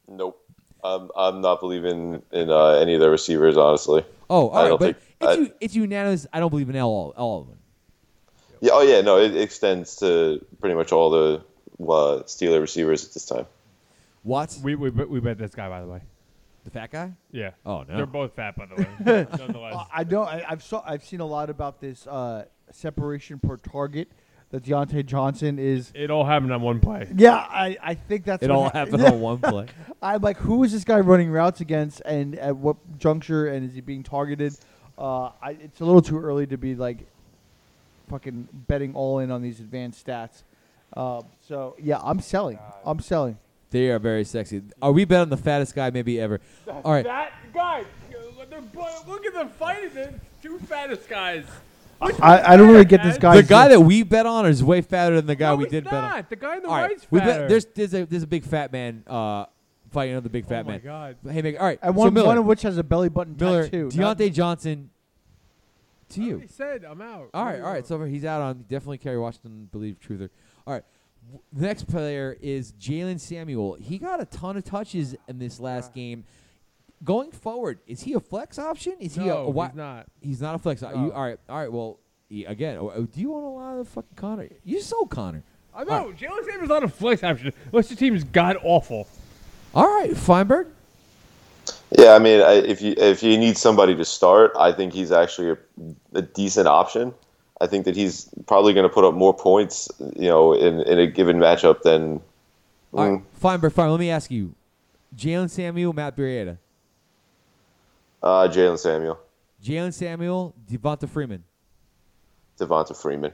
[SPEAKER 2] Nope. I'm, I'm not believing in uh, any of their receivers, honestly.
[SPEAKER 1] Oh, all
[SPEAKER 2] I
[SPEAKER 1] right,
[SPEAKER 2] don't
[SPEAKER 1] but
[SPEAKER 2] think-
[SPEAKER 1] it's,
[SPEAKER 2] I-
[SPEAKER 1] u- it's unanimous. I don't believe in all all of them.
[SPEAKER 2] Yeah. Oh, yeah. No, it extends to pretty much all the uh, Steeler receivers at this time.
[SPEAKER 1] Watts,
[SPEAKER 4] We, we, bet- we bet this guy, by the way.
[SPEAKER 1] the fat guy.
[SPEAKER 4] Yeah.
[SPEAKER 1] Oh, no. Uh,
[SPEAKER 4] They're both fat, by the
[SPEAKER 1] <laughs>
[SPEAKER 4] way. Nonetheless.
[SPEAKER 3] I know. I, I've saw. I've seen a lot about this uh, separation per target that Deontay Johnson is.
[SPEAKER 4] It all happened on one play.
[SPEAKER 3] Yeah, I, I think that's
[SPEAKER 1] It <laughs>
[SPEAKER 3] what
[SPEAKER 1] all
[SPEAKER 3] hap-
[SPEAKER 1] happened
[SPEAKER 3] Yeah.
[SPEAKER 1] on one play.
[SPEAKER 3] I'm like, who is this guy running routes against, and at what juncture, and is he being targeted? Uh, I, it's a little too early to be like, fucking betting all in on these advanced stats. Uh, so yeah, I'm selling. I'm selling.
[SPEAKER 1] They are very sexy. Are we betting the fattest guy maybe ever? All right.
[SPEAKER 4] That guy. Look at the fight. The two fattest guys.
[SPEAKER 3] I, I don't really get this
[SPEAKER 4] The
[SPEAKER 3] guy.
[SPEAKER 1] The guy that we bet on is way fatter than the guy we did bet on.
[SPEAKER 4] The guy on the
[SPEAKER 1] All right. We bet, there's there's a there's a big fat man uh fighting another big fat
[SPEAKER 4] Oh my
[SPEAKER 1] man.
[SPEAKER 4] God.
[SPEAKER 1] Hey, Mick. All right.
[SPEAKER 3] and one,
[SPEAKER 1] so Miller,
[SPEAKER 3] one of which has a belly button
[SPEAKER 1] Miller,
[SPEAKER 3] tattoo. not-
[SPEAKER 1] Deontay Johnson. To you.
[SPEAKER 4] said I'm out.
[SPEAKER 1] All right, all right. It's over. He's out on definitely Kerry Washington, believe truther. All right. W- The next player is Jalen Samuel. He got a ton of touches in this last game. Going forward, is he a flex option? Is he a,
[SPEAKER 4] No,
[SPEAKER 1] a wi-
[SPEAKER 4] he's not.
[SPEAKER 1] He's not a flex. option.
[SPEAKER 4] No.
[SPEAKER 1] all right, all right. Well, y- again, o- o- do you want to allow the fucking Connor? You sold Connor.
[SPEAKER 4] I
[SPEAKER 1] know,
[SPEAKER 4] know. Jalen Samuel's not a flex option. Unless your team is god awful.
[SPEAKER 1] All right, Feinberg.
[SPEAKER 2] Yeah, I mean, I, if you if you need somebody to start, I think he's actually a, a decent option. I think that he's probably going to put up more points, you know, in, in a given matchup than.
[SPEAKER 1] All
[SPEAKER 2] Mm.
[SPEAKER 1] right, Feinberg. Fine. Let me ask you, Jalen Samuel, Matt Breida,
[SPEAKER 2] Uh, Jalen Samuel,
[SPEAKER 1] Jalen Samuel, Devonta Freeman.
[SPEAKER 2] Devonta Freeman.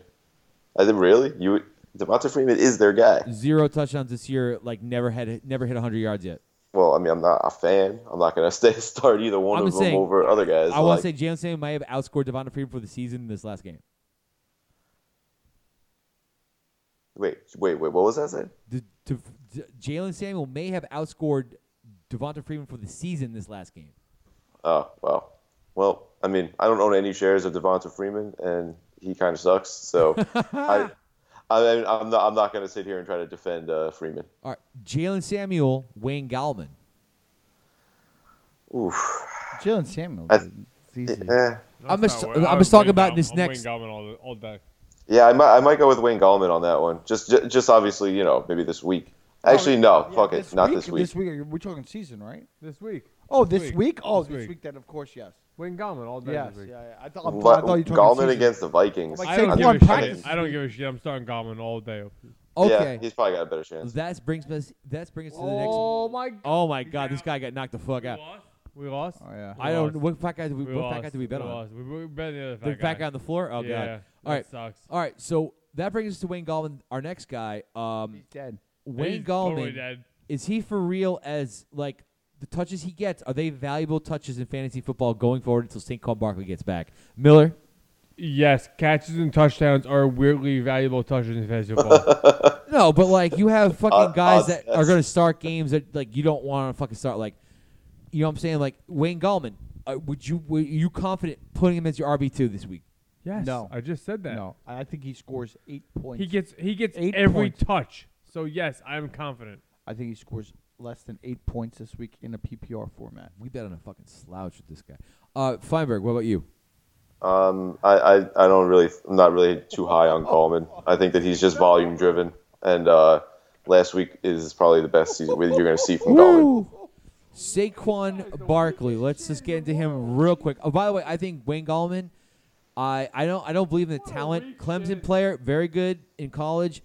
[SPEAKER 2] I think really you would- Devonta Freeman is their guy.
[SPEAKER 1] Zero touchdowns this year. Like never had never hit 100 yards yet.
[SPEAKER 2] Well, I mean, I'm not a fan. I'm not going to <laughs> stay start either one
[SPEAKER 1] I'm
[SPEAKER 2] of
[SPEAKER 1] just
[SPEAKER 2] them
[SPEAKER 1] saying,
[SPEAKER 2] over other guys.
[SPEAKER 1] I want to
[SPEAKER 2] like-
[SPEAKER 1] say Jalen Samuel might have outscored Devonta Freeman for the season in this last game.
[SPEAKER 2] wait, wait, wait. What was that saying?
[SPEAKER 1] The, to, D- Jalen Samuel may have outscored Devonta Freeman for the season this last game.
[SPEAKER 2] Oh wow. Well, I mean, I don't own any shares of Devonta Freeman, and he kind of sucks.
[SPEAKER 1] <laughs>
[SPEAKER 2] So I, I mean, I'm not, I'm not going to sit here and try to defend uh, Freeman.
[SPEAKER 1] All right, Jalen Samuel, Wayne Gallman.
[SPEAKER 2] Oof.
[SPEAKER 3] Jalen Samuel.
[SPEAKER 2] I-
[SPEAKER 3] dude. It's easy.
[SPEAKER 2] Eh.
[SPEAKER 1] I'm just I'm just talking about this next.
[SPEAKER 4] all, the- all day.
[SPEAKER 2] Yeah, I might, I might go with Wayne Gallman on that one. Just, ju- just obviously, you know, maybe this week. Actually, no,
[SPEAKER 3] Yeah,
[SPEAKER 2] fuck it, not this week.
[SPEAKER 3] This week we're talking season, right?
[SPEAKER 4] This week.
[SPEAKER 3] Oh, this week. Oh,
[SPEAKER 4] This
[SPEAKER 3] this
[SPEAKER 4] week.
[SPEAKER 3] week. Then of course, yes.
[SPEAKER 4] Wayne Gallman all day.
[SPEAKER 3] Yes.
[SPEAKER 4] this week.
[SPEAKER 3] Yeah, yeah. I, th- I'm- I
[SPEAKER 2] But
[SPEAKER 3] thought you
[SPEAKER 2] Gallman
[SPEAKER 3] were talking season.
[SPEAKER 2] against the Vikings.
[SPEAKER 3] Like,
[SPEAKER 4] I
[SPEAKER 3] take
[SPEAKER 4] don't,
[SPEAKER 2] I'm-
[SPEAKER 4] give
[SPEAKER 3] one
[SPEAKER 4] a shit.
[SPEAKER 3] practice
[SPEAKER 4] I don't give a shit. I'm starting Gallman all day.
[SPEAKER 1] Okay,
[SPEAKER 2] Yeah, he's probably got a better chance.
[SPEAKER 1] that's brings us that's brings us to the next.
[SPEAKER 4] Oh my god.
[SPEAKER 1] Oh my God, this guy got knocked the fuck out.
[SPEAKER 4] We lost.
[SPEAKER 3] Oh yeah.
[SPEAKER 1] I don't. What fat guy did we?
[SPEAKER 4] We
[SPEAKER 1] what
[SPEAKER 4] lost.
[SPEAKER 1] fat guy did we bet
[SPEAKER 4] we
[SPEAKER 1] on?
[SPEAKER 4] Lost. We, we bet the other fat
[SPEAKER 1] The
[SPEAKER 4] guy.
[SPEAKER 1] fat guy on the floor. Oh
[SPEAKER 4] yeah.
[SPEAKER 1] God. All right.
[SPEAKER 4] That sucks.
[SPEAKER 1] All right. So that brings us to Wayne Gallman, our next guy. Um,
[SPEAKER 3] He's dead.
[SPEAKER 1] Wayne
[SPEAKER 4] He's
[SPEAKER 1] Gallman.
[SPEAKER 4] Totally dead.
[SPEAKER 1] is he for real as like the touches he gets are they valuable touches in fantasy football going forward until St. Paul Barkley gets back? Miller,
[SPEAKER 4] Yes, catches and touchdowns are weirdly valuable touches in fantasy football.
[SPEAKER 1] no, but like you have fucking
[SPEAKER 2] Odd-
[SPEAKER 1] guys
[SPEAKER 2] odd
[SPEAKER 1] that
[SPEAKER 2] stats.
[SPEAKER 1] are going to start games that like you don't want to fucking start. Like you know what I'm saying? Like Wayne Gallman, uh, would you were you confident putting him as your RB two this week?
[SPEAKER 4] yes.
[SPEAKER 3] No.
[SPEAKER 4] I just said that.
[SPEAKER 3] No, I I think he scores eight points.
[SPEAKER 4] He gets he gets
[SPEAKER 3] Eight
[SPEAKER 4] every
[SPEAKER 3] points.
[SPEAKER 4] touch. So yes, I am confident.
[SPEAKER 3] I think he scores less than eight points this week in a PPR format.
[SPEAKER 1] We bet on a fucking slouch with this guy. Uh, Feinberg, what about you?
[SPEAKER 2] Um, I, I, I don't really, I'm not really too high
[SPEAKER 3] Oh.
[SPEAKER 2] on Coleman. I think that he's just volume driven, and uh, last week is probably the best season you're going to see from Coleman.
[SPEAKER 1] Saquon Barkley. Let's just get into him real quick. Oh, by the way, I think Wayne Gallman. I I don't I don't believe in the talent. Clemson player, very good in college.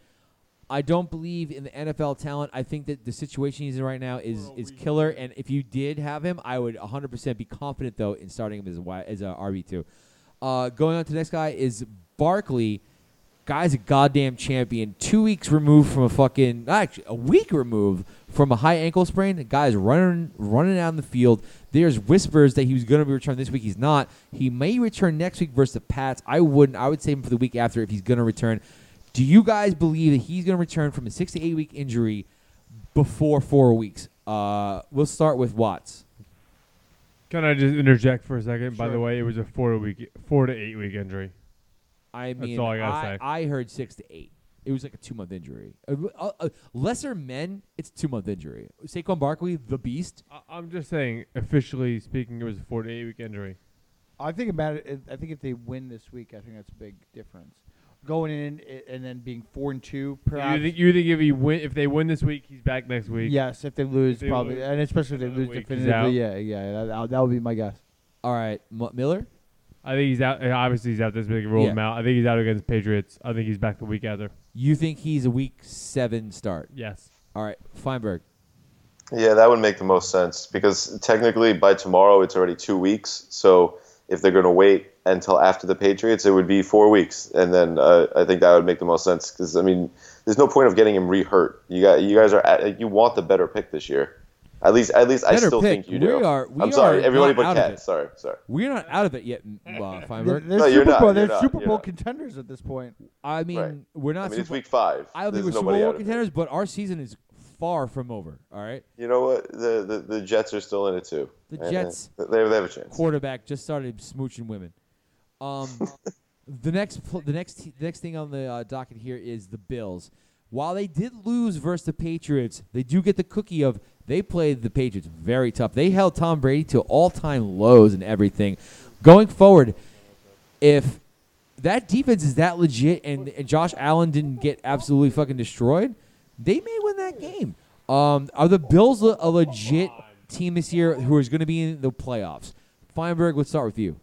[SPEAKER 1] I don't believe in the NFL talent. I think that the situation he's in right now is is killer. And if you did have him, I would 100% be confident though in starting him as a wi- as a RB two. Uh, going on to the next guy is Barkley. Guy's a goddamn champion. Two weeks removed from a fucking not actually a week removed from a high ankle sprain. The guy's running running out on the field. There's whispers that he was going to be returned this week. He's not. He may return next week versus the Pats. I wouldn't. I would save him for the week after if he's going to return. Do you guys believe that he's going to return from a six to eight week injury before four weeks? Uh, we'll start with Watts.
[SPEAKER 4] Can I just interject for a second? By the
[SPEAKER 3] Sure.
[SPEAKER 4] way, it was a four to week, four to eight week injury.
[SPEAKER 1] I
[SPEAKER 4] That's
[SPEAKER 1] mean,
[SPEAKER 4] all I gotta
[SPEAKER 1] I,
[SPEAKER 4] say.
[SPEAKER 1] I heard six to eight. It was like a two month injury. Uh, uh, uh, lesser men, it's two month injury. Saquon Barkley, the beast.
[SPEAKER 4] I, I'm just saying, officially speaking, it was a four to eight week injury.
[SPEAKER 3] I think about it. I think if they win this week, I think that's a big difference. Going in i- and then being four and two, perhaps.
[SPEAKER 4] You think, you think if he win, if they win this week, he's back next week?
[SPEAKER 3] yes, if they lose,
[SPEAKER 4] they
[SPEAKER 3] probably,
[SPEAKER 4] lose,
[SPEAKER 3] and especially if they
[SPEAKER 4] another
[SPEAKER 3] lose
[SPEAKER 4] week he's out.
[SPEAKER 3] definitively. Yeah, yeah, that, that would be my guess.
[SPEAKER 1] All right, M- Miller.
[SPEAKER 4] I think he's out. uh, Obviously, he's out this week. Rolled
[SPEAKER 1] Yeah.
[SPEAKER 4] him out. I think he's out against Patriots. I think he's back the week after.
[SPEAKER 1] You think he's a week seven start?
[SPEAKER 4] Yes.
[SPEAKER 1] All right, Feinberg.
[SPEAKER 2] Yeah, that would make the most sense because technically by tomorrow it's already two weeks. So if they're going to wait until after the Patriots, it would be four weeks, and then uh, I think that would make the most sense because I mean, there's no point of getting him re-hurt. You got you guys are at, you want the better pick this year. At least, at least I
[SPEAKER 1] Better
[SPEAKER 2] still
[SPEAKER 1] pick.
[SPEAKER 2] think you
[SPEAKER 1] We
[SPEAKER 2] do.
[SPEAKER 1] are- we
[SPEAKER 2] I'm sorry,
[SPEAKER 1] are
[SPEAKER 2] everybody
[SPEAKER 1] not
[SPEAKER 2] but
[SPEAKER 1] out of it.
[SPEAKER 2] Cat. Sorry, sorry.
[SPEAKER 1] We're not out of it yet, m-
[SPEAKER 2] <laughs>
[SPEAKER 1] uh,
[SPEAKER 3] They're,
[SPEAKER 1] Feinberg.
[SPEAKER 3] they're
[SPEAKER 2] No,
[SPEAKER 3] Super
[SPEAKER 2] you're not,
[SPEAKER 3] Bowl,
[SPEAKER 2] you're
[SPEAKER 3] they're
[SPEAKER 2] not,
[SPEAKER 3] Super
[SPEAKER 2] you're
[SPEAKER 3] Bowl
[SPEAKER 2] not.
[SPEAKER 3] contenders at this point.
[SPEAKER 1] I mean,
[SPEAKER 2] Right.
[SPEAKER 1] we're
[SPEAKER 2] I
[SPEAKER 1] not.
[SPEAKER 2] mean, it's
[SPEAKER 1] Super-
[SPEAKER 2] week five.
[SPEAKER 1] I don't think
[SPEAKER 2] There's
[SPEAKER 1] we're Super
[SPEAKER 2] nobody
[SPEAKER 1] Bowl
[SPEAKER 2] out of it.
[SPEAKER 1] contenders, but our season is far from over. All right,
[SPEAKER 2] You know what? The, the the Jets are still in it too.
[SPEAKER 1] The
[SPEAKER 2] And
[SPEAKER 1] Jets-
[SPEAKER 2] They, they have a chance.
[SPEAKER 1] quarterback just started smooching women. Um, the next, pl- the next, t- the next thing on the uh, docket here is the Bills. While they did lose versus the Patriots, they do get the cookie of they played the Patriots very tough. They held Tom Brady to all-time lows and everything. Going forward, if that defense is that legit and, and Josh Allen didn't get absolutely fucking destroyed, they may win that game. Um, are the Bills le- a legit team this year who is going to be in the playoffs? Feinberg, let's start with you.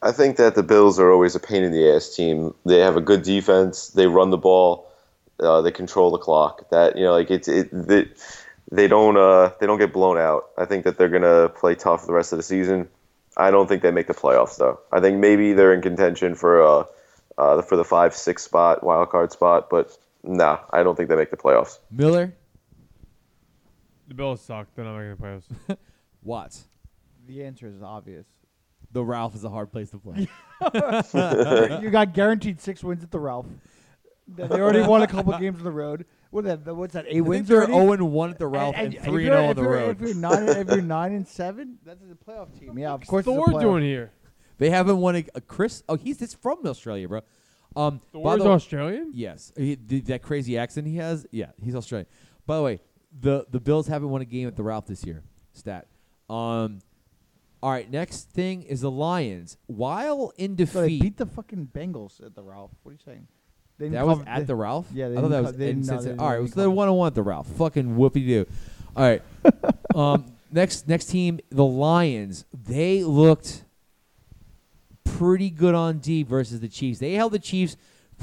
[SPEAKER 2] I think that the Bills are always a pain in the ass team. They have a good defense. They run the ball. Uh, they control the clock. That you know, like it's it. They, they don't uh, they don't get blown out. I think that they're gonna play tough the rest of the season. I don't think they make the playoffs though. I think maybe they're in contention for uh, uh for the five six spot wild card spot, but nah, I don't think they make the playoffs.
[SPEAKER 1] Miller,
[SPEAKER 4] The Bills suck. They're not making the playoffs.
[SPEAKER 1] Watts.
[SPEAKER 3] The answer is obvious.
[SPEAKER 1] The Ralph is a hard place to <laughs> play.
[SPEAKER 3] you got guaranteed six wins at the
[SPEAKER 4] <laughs>
[SPEAKER 3] Ralph. They they already won a couple games on the road. What that? What's that? Eight wins
[SPEAKER 1] they're
[SPEAKER 3] already.
[SPEAKER 1] 0 and 1 at the Ralph and,
[SPEAKER 3] if
[SPEAKER 1] 3
[SPEAKER 3] you're-
[SPEAKER 1] and 0 on
[SPEAKER 3] if
[SPEAKER 1] the
[SPEAKER 3] you're- If you're
[SPEAKER 1] road.
[SPEAKER 3] nine, if you're nine and seven, <laughs> that's a playoff team. Yeah, of course. it's a
[SPEAKER 4] Thor
[SPEAKER 3] playoff.
[SPEAKER 4] doing here?
[SPEAKER 1] They haven't won a, a Chris. Oh, he's it's from Australia, bro. Um, by
[SPEAKER 4] Thor's
[SPEAKER 1] the-
[SPEAKER 4] Australian.
[SPEAKER 1] Yes, he, the, that crazy accent he has. Yeah, he's Australian. By the way, the the Bills haven't won a game at the Ralph this year. Stat. Um, all right. Next thing is the Lions. While in
[SPEAKER 3] So they
[SPEAKER 1] defeat,
[SPEAKER 3] beat the fucking Bengals at the Ralph. What are you saying? They didn't
[SPEAKER 1] that was
[SPEAKER 3] cover-
[SPEAKER 1] at
[SPEAKER 3] they-
[SPEAKER 1] the Ralph.
[SPEAKER 3] Yeah,
[SPEAKER 1] I
[SPEAKER 3] they
[SPEAKER 1] thought
[SPEAKER 3] didn't
[SPEAKER 1] that
[SPEAKER 3] co-
[SPEAKER 1] was
[SPEAKER 3] they
[SPEAKER 1] in
[SPEAKER 3] didn't- no,
[SPEAKER 1] Cincinnati.
[SPEAKER 3] they
[SPEAKER 1] all right,
[SPEAKER 3] didn't
[SPEAKER 1] so they
[SPEAKER 3] cover.
[SPEAKER 1] one on one at the Ralph. Fucking whoopie doo. All
[SPEAKER 3] <laughs>
[SPEAKER 1] right. um, next next team, the Lions. They looked pretty good on D versus the Chiefs. They held the Chiefs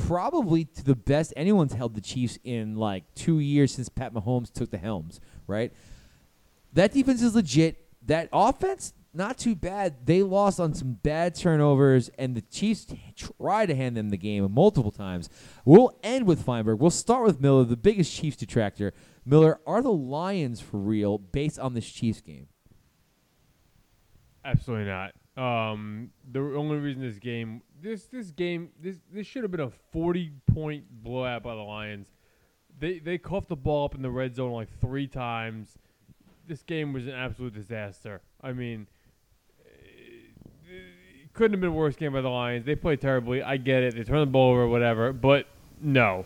[SPEAKER 1] probably to the best anyone's held the Chiefs in like two years since Pat Mahomes took the helms. Right. That defense is legit. That offense, not too bad. They lost on some bad turnovers, and the Chiefs try to hand them the game multiple times. We'll end with Feinberg. We'll start with Miller, the biggest Chiefs detractor. Miller, are the Lions for real based on this Chiefs game?
[SPEAKER 4] Absolutely not. Um, the only reason this game, this this game, this this should have been a forty point blowout by the Lions. They they coughed the ball up in the red zone like three times. This game was an absolute disaster. I mean, it couldn't have been a worse game by the Lions. They played terribly. I get it. They turned the ball over, whatever. But no,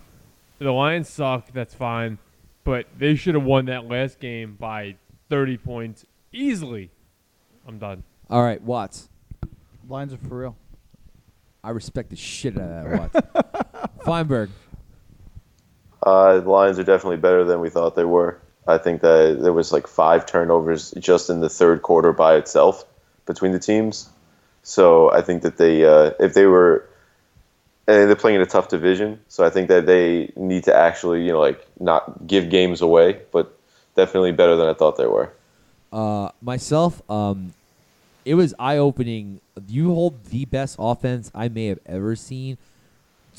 [SPEAKER 4] the Lions suck. That's fine, but they should have won that last game by 30 points easily. I'm done.
[SPEAKER 1] All right, Watts.
[SPEAKER 3] Lines are for real.
[SPEAKER 1] I respect the shit out of that Watts. Feinberg.
[SPEAKER 2] Uh, the Lions are definitely better than we thought they were. I think that there was like five turnovers just in the third quarter by itself between the teams. So I think that they, uh, if they were, and they're playing in a tough division, so I think that they need to actually, you know, like not give games away, but definitely better than I thought they were.
[SPEAKER 1] Uh, myself, um, it was eye opening. You hold the best offense I may have ever seen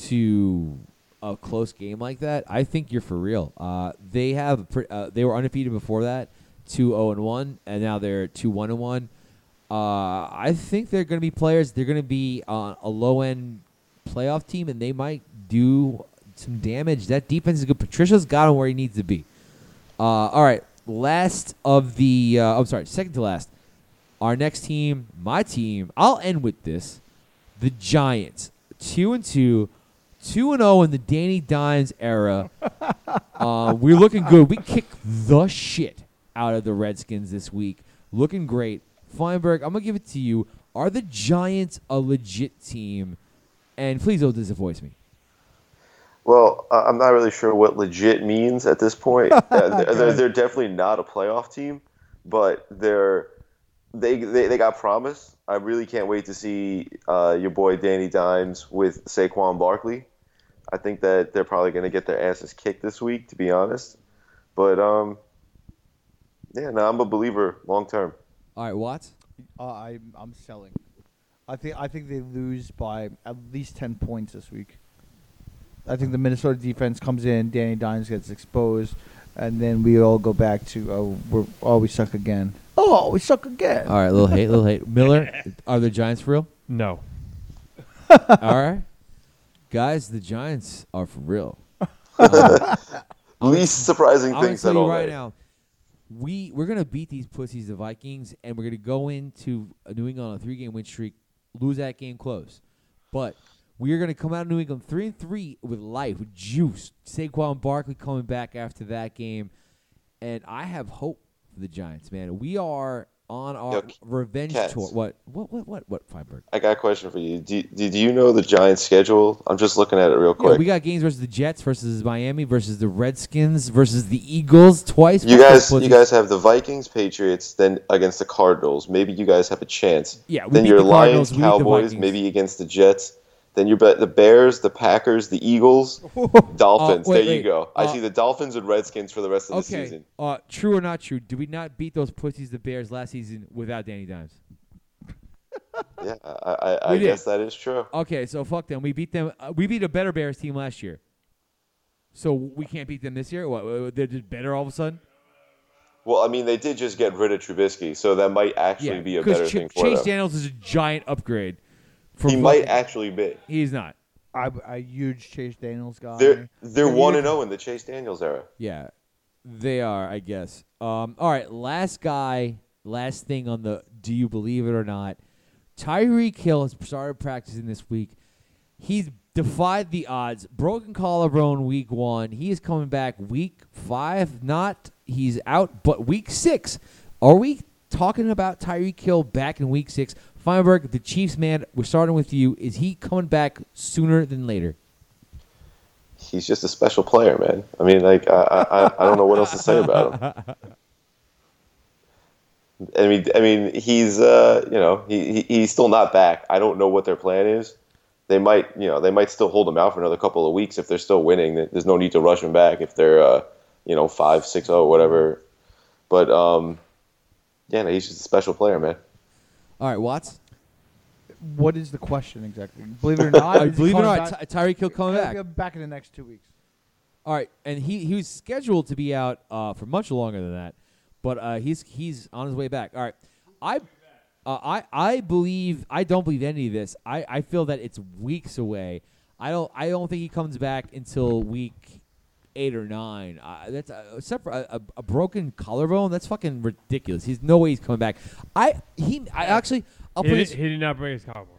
[SPEAKER 1] to a close game like that. I think you're for real. Uh, they have pre- uh, they were undefeated before that, two zero and one, and now they're two one and one. Uh, I think they're going to be players. They're going to be on a low end playoff team, and they might do some damage. That defense is good. Patricia's got him where he needs to be. Uh, all right, last of the. Uh, I'm sorry, second to last. Our next team, my team. I'll end with this: the Giants, two and two, two and zero in the Danny Dimes era. uh, we're looking good. We kicked the shit out of the Redskins this week. Looking great. Feinberg, I'm gonna give it to you. Are the Giants a legit team? And please don't disavoice me.
[SPEAKER 2] Well, I- I'm not really sure what legit means at
[SPEAKER 1] <laughs>
[SPEAKER 2] this point. Uh, they're, they're, they're definitely not a playoff team, but they're they they, they got promise. I really can't wait to see uh, your boy Danny Dimes with Saquon Barkley. I think that they're probably going to get their asses kicked this week, to be honest. But um, yeah, no, I'm a believer long term.
[SPEAKER 1] All right, Watts.
[SPEAKER 3] Uh, I I'm selling. I think I think they lose by at least ten points this week. I think the Minnesota defense comes in, Danny Dimes gets exposed, and then we all go back to oh we're oh we suck again. Oh we suck again.
[SPEAKER 1] All right, little hate, little <laughs> hate. Miller, are the Giants for real?
[SPEAKER 4] No.
[SPEAKER 1] All right, guys, the Giants are for real. Um,
[SPEAKER 2] Least surprising
[SPEAKER 1] I'm gonna
[SPEAKER 2] things
[SPEAKER 1] tell
[SPEAKER 2] that
[SPEAKER 1] you
[SPEAKER 2] all
[SPEAKER 1] right
[SPEAKER 2] made.
[SPEAKER 1] now. We we're gonna beat these pussies, the Vikings, and we're gonna go into New England on a three game win streak, lose that game close, but we are gonna come out of New England three and three with life, with juice. Saquon Barkley coming back after that game, and I have hope for the Giants, man. We are on our
[SPEAKER 2] Yo, c-
[SPEAKER 1] revenge
[SPEAKER 2] Cats.
[SPEAKER 1] tour. What what what what what Feinberg?
[SPEAKER 2] I got a question for you. Do, do, do you know the Giants' schedule? I'm just looking at it real
[SPEAKER 1] Yeah,
[SPEAKER 2] quick.
[SPEAKER 1] we got games versus the Jets versus Miami versus the Redskins versus the Eagles twice. Fuck
[SPEAKER 2] You
[SPEAKER 1] those
[SPEAKER 2] guys, you
[SPEAKER 1] pussies.
[SPEAKER 2] guys have the Vikings, Patriots, then against the Cardinals. Maybe you guys have a chance.
[SPEAKER 1] Yeah, we
[SPEAKER 2] then
[SPEAKER 1] beat
[SPEAKER 2] your
[SPEAKER 1] the Cardinals,
[SPEAKER 2] Lions,
[SPEAKER 1] we beat the
[SPEAKER 2] Cowboys,
[SPEAKER 1] Vikings.
[SPEAKER 2] maybe against the Jets. Then you bet the Bears, the Packers, the
[SPEAKER 1] <laughs>
[SPEAKER 2] Eagles, Dolphins.
[SPEAKER 1] Uh, wait,
[SPEAKER 2] there you
[SPEAKER 1] wait.
[SPEAKER 2] go. I
[SPEAKER 1] Uh,
[SPEAKER 2] see the Dolphins and Redskins for the rest of the
[SPEAKER 1] Okay.
[SPEAKER 2] season.
[SPEAKER 1] Uh, true or not true? Did we not beat those pussies, the Bears, last season without Danny Dimes?
[SPEAKER 2] Yeah, I, I, I
[SPEAKER 1] We did.
[SPEAKER 2] guess that is true.
[SPEAKER 1] Okay, so fuck them. We beat them. Uh, we beat a better Bears team last year. So we can't beat them this year. What? uh, They're just better all of a sudden.
[SPEAKER 2] Well, I mean, they did just get rid of Trubisky, so that might actually
[SPEAKER 1] yeah,
[SPEAKER 2] be a
[SPEAKER 1] 'cause
[SPEAKER 2] better
[SPEAKER 1] Ch-
[SPEAKER 2] thing for
[SPEAKER 1] Chase
[SPEAKER 2] them.
[SPEAKER 1] Daniels is a giant upgrade. From
[SPEAKER 2] he might actually be.
[SPEAKER 1] He's not.
[SPEAKER 3] I a huge Chase Daniels guy.
[SPEAKER 2] They're they're
[SPEAKER 3] And
[SPEAKER 2] one
[SPEAKER 3] even-
[SPEAKER 2] and zero in the Chase Daniels era.
[SPEAKER 1] Yeah, they are. I guess. Um. All right. Last guy. Last thing on the. Do you believe it or not? Tyreek Hill has started practicing this week. He's defied the odds. Broken collarbone week one. He is coming back week five. Not he's out, but week six. Are we talking about Tyreek Hill back in week six? Feinberg, the Chiefs man, we're starting with you. Is he coming back sooner than later?
[SPEAKER 2] He's just a special player, man. I mean, like I I, I- I don't know what else to say about him. I mean, I mean, he's uh, you know, he, he he's still not back. I don't know what their plan is. They might, you know, they might still hold him out for another couple of weeks if they're still winning. There- There's no need to rush him back if they're, uh, you know, five, six, oh, whatever. But um, yeah, no, he's just a special player, man.
[SPEAKER 1] All right, Watts.
[SPEAKER 3] What is the question exactly? Believe it
[SPEAKER 1] <laughs>
[SPEAKER 3] or not, is he
[SPEAKER 1] believe it or
[SPEAKER 3] coming
[SPEAKER 1] not,
[SPEAKER 3] back?
[SPEAKER 1] Ty- Tyreek Hill coming
[SPEAKER 3] He'll
[SPEAKER 1] back.
[SPEAKER 3] be Back in the next two weeks.
[SPEAKER 1] All right, and he, he was scheduled to be out uh, for much longer than that, but uh, he's he's on his way back. All right, I uh, I I believe I don't believe any of this. I, I feel that it's weeks away. I don't I don't think he comes back until week eight or nine. Uh, that's uh, except for a, a, a broken collarbone. That's fucking ridiculous. He's no way he's coming back. I he I actually I'll
[SPEAKER 4] He
[SPEAKER 1] put
[SPEAKER 4] did,
[SPEAKER 1] this,
[SPEAKER 4] he did not break his collarbone.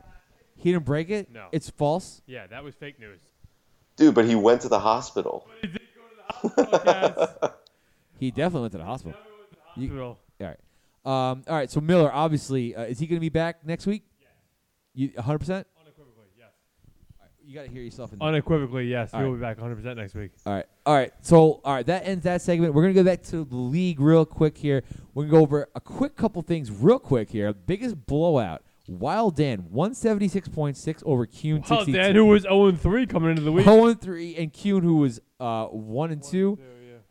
[SPEAKER 1] he didn't break it.
[SPEAKER 4] No.
[SPEAKER 1] it's false.
[SPEAKER 4] Yeah, that was fake news.
[SPEAKER 2] Dude, but he went to the hospital.
[SPEAKER 1] He definitely went to the hospital. You-
[SPEAKER 4] Hospital.
[SPEAKER 1] All right. Um, all right. So Miller, obviously, uh, is he going to be back next week? You 100. percent
[SPEAKER 4] Unequivocally, yes.
[SPEAKER 1] You got to hear yourself in.
[SPEAKER 4] Unequivocally, yes.
[SPEAKER 1] All
[SPEAKER 4] He'll be back 100 percent next week.
[SPEAKER 1] All right. All right. So, all right, that ends that segment. We're going to go back to the league real quick here. We're going to go over a quick couple things real quick here. Biggest blowout. Wild Dan, 176.6 over Kuhn.
[SPEAKER 4] Well, Dan, who was 0 3 coming into the week.
[SPEAKER 1] 0 and 3, and Kuhn, who was uh, 1 and 2,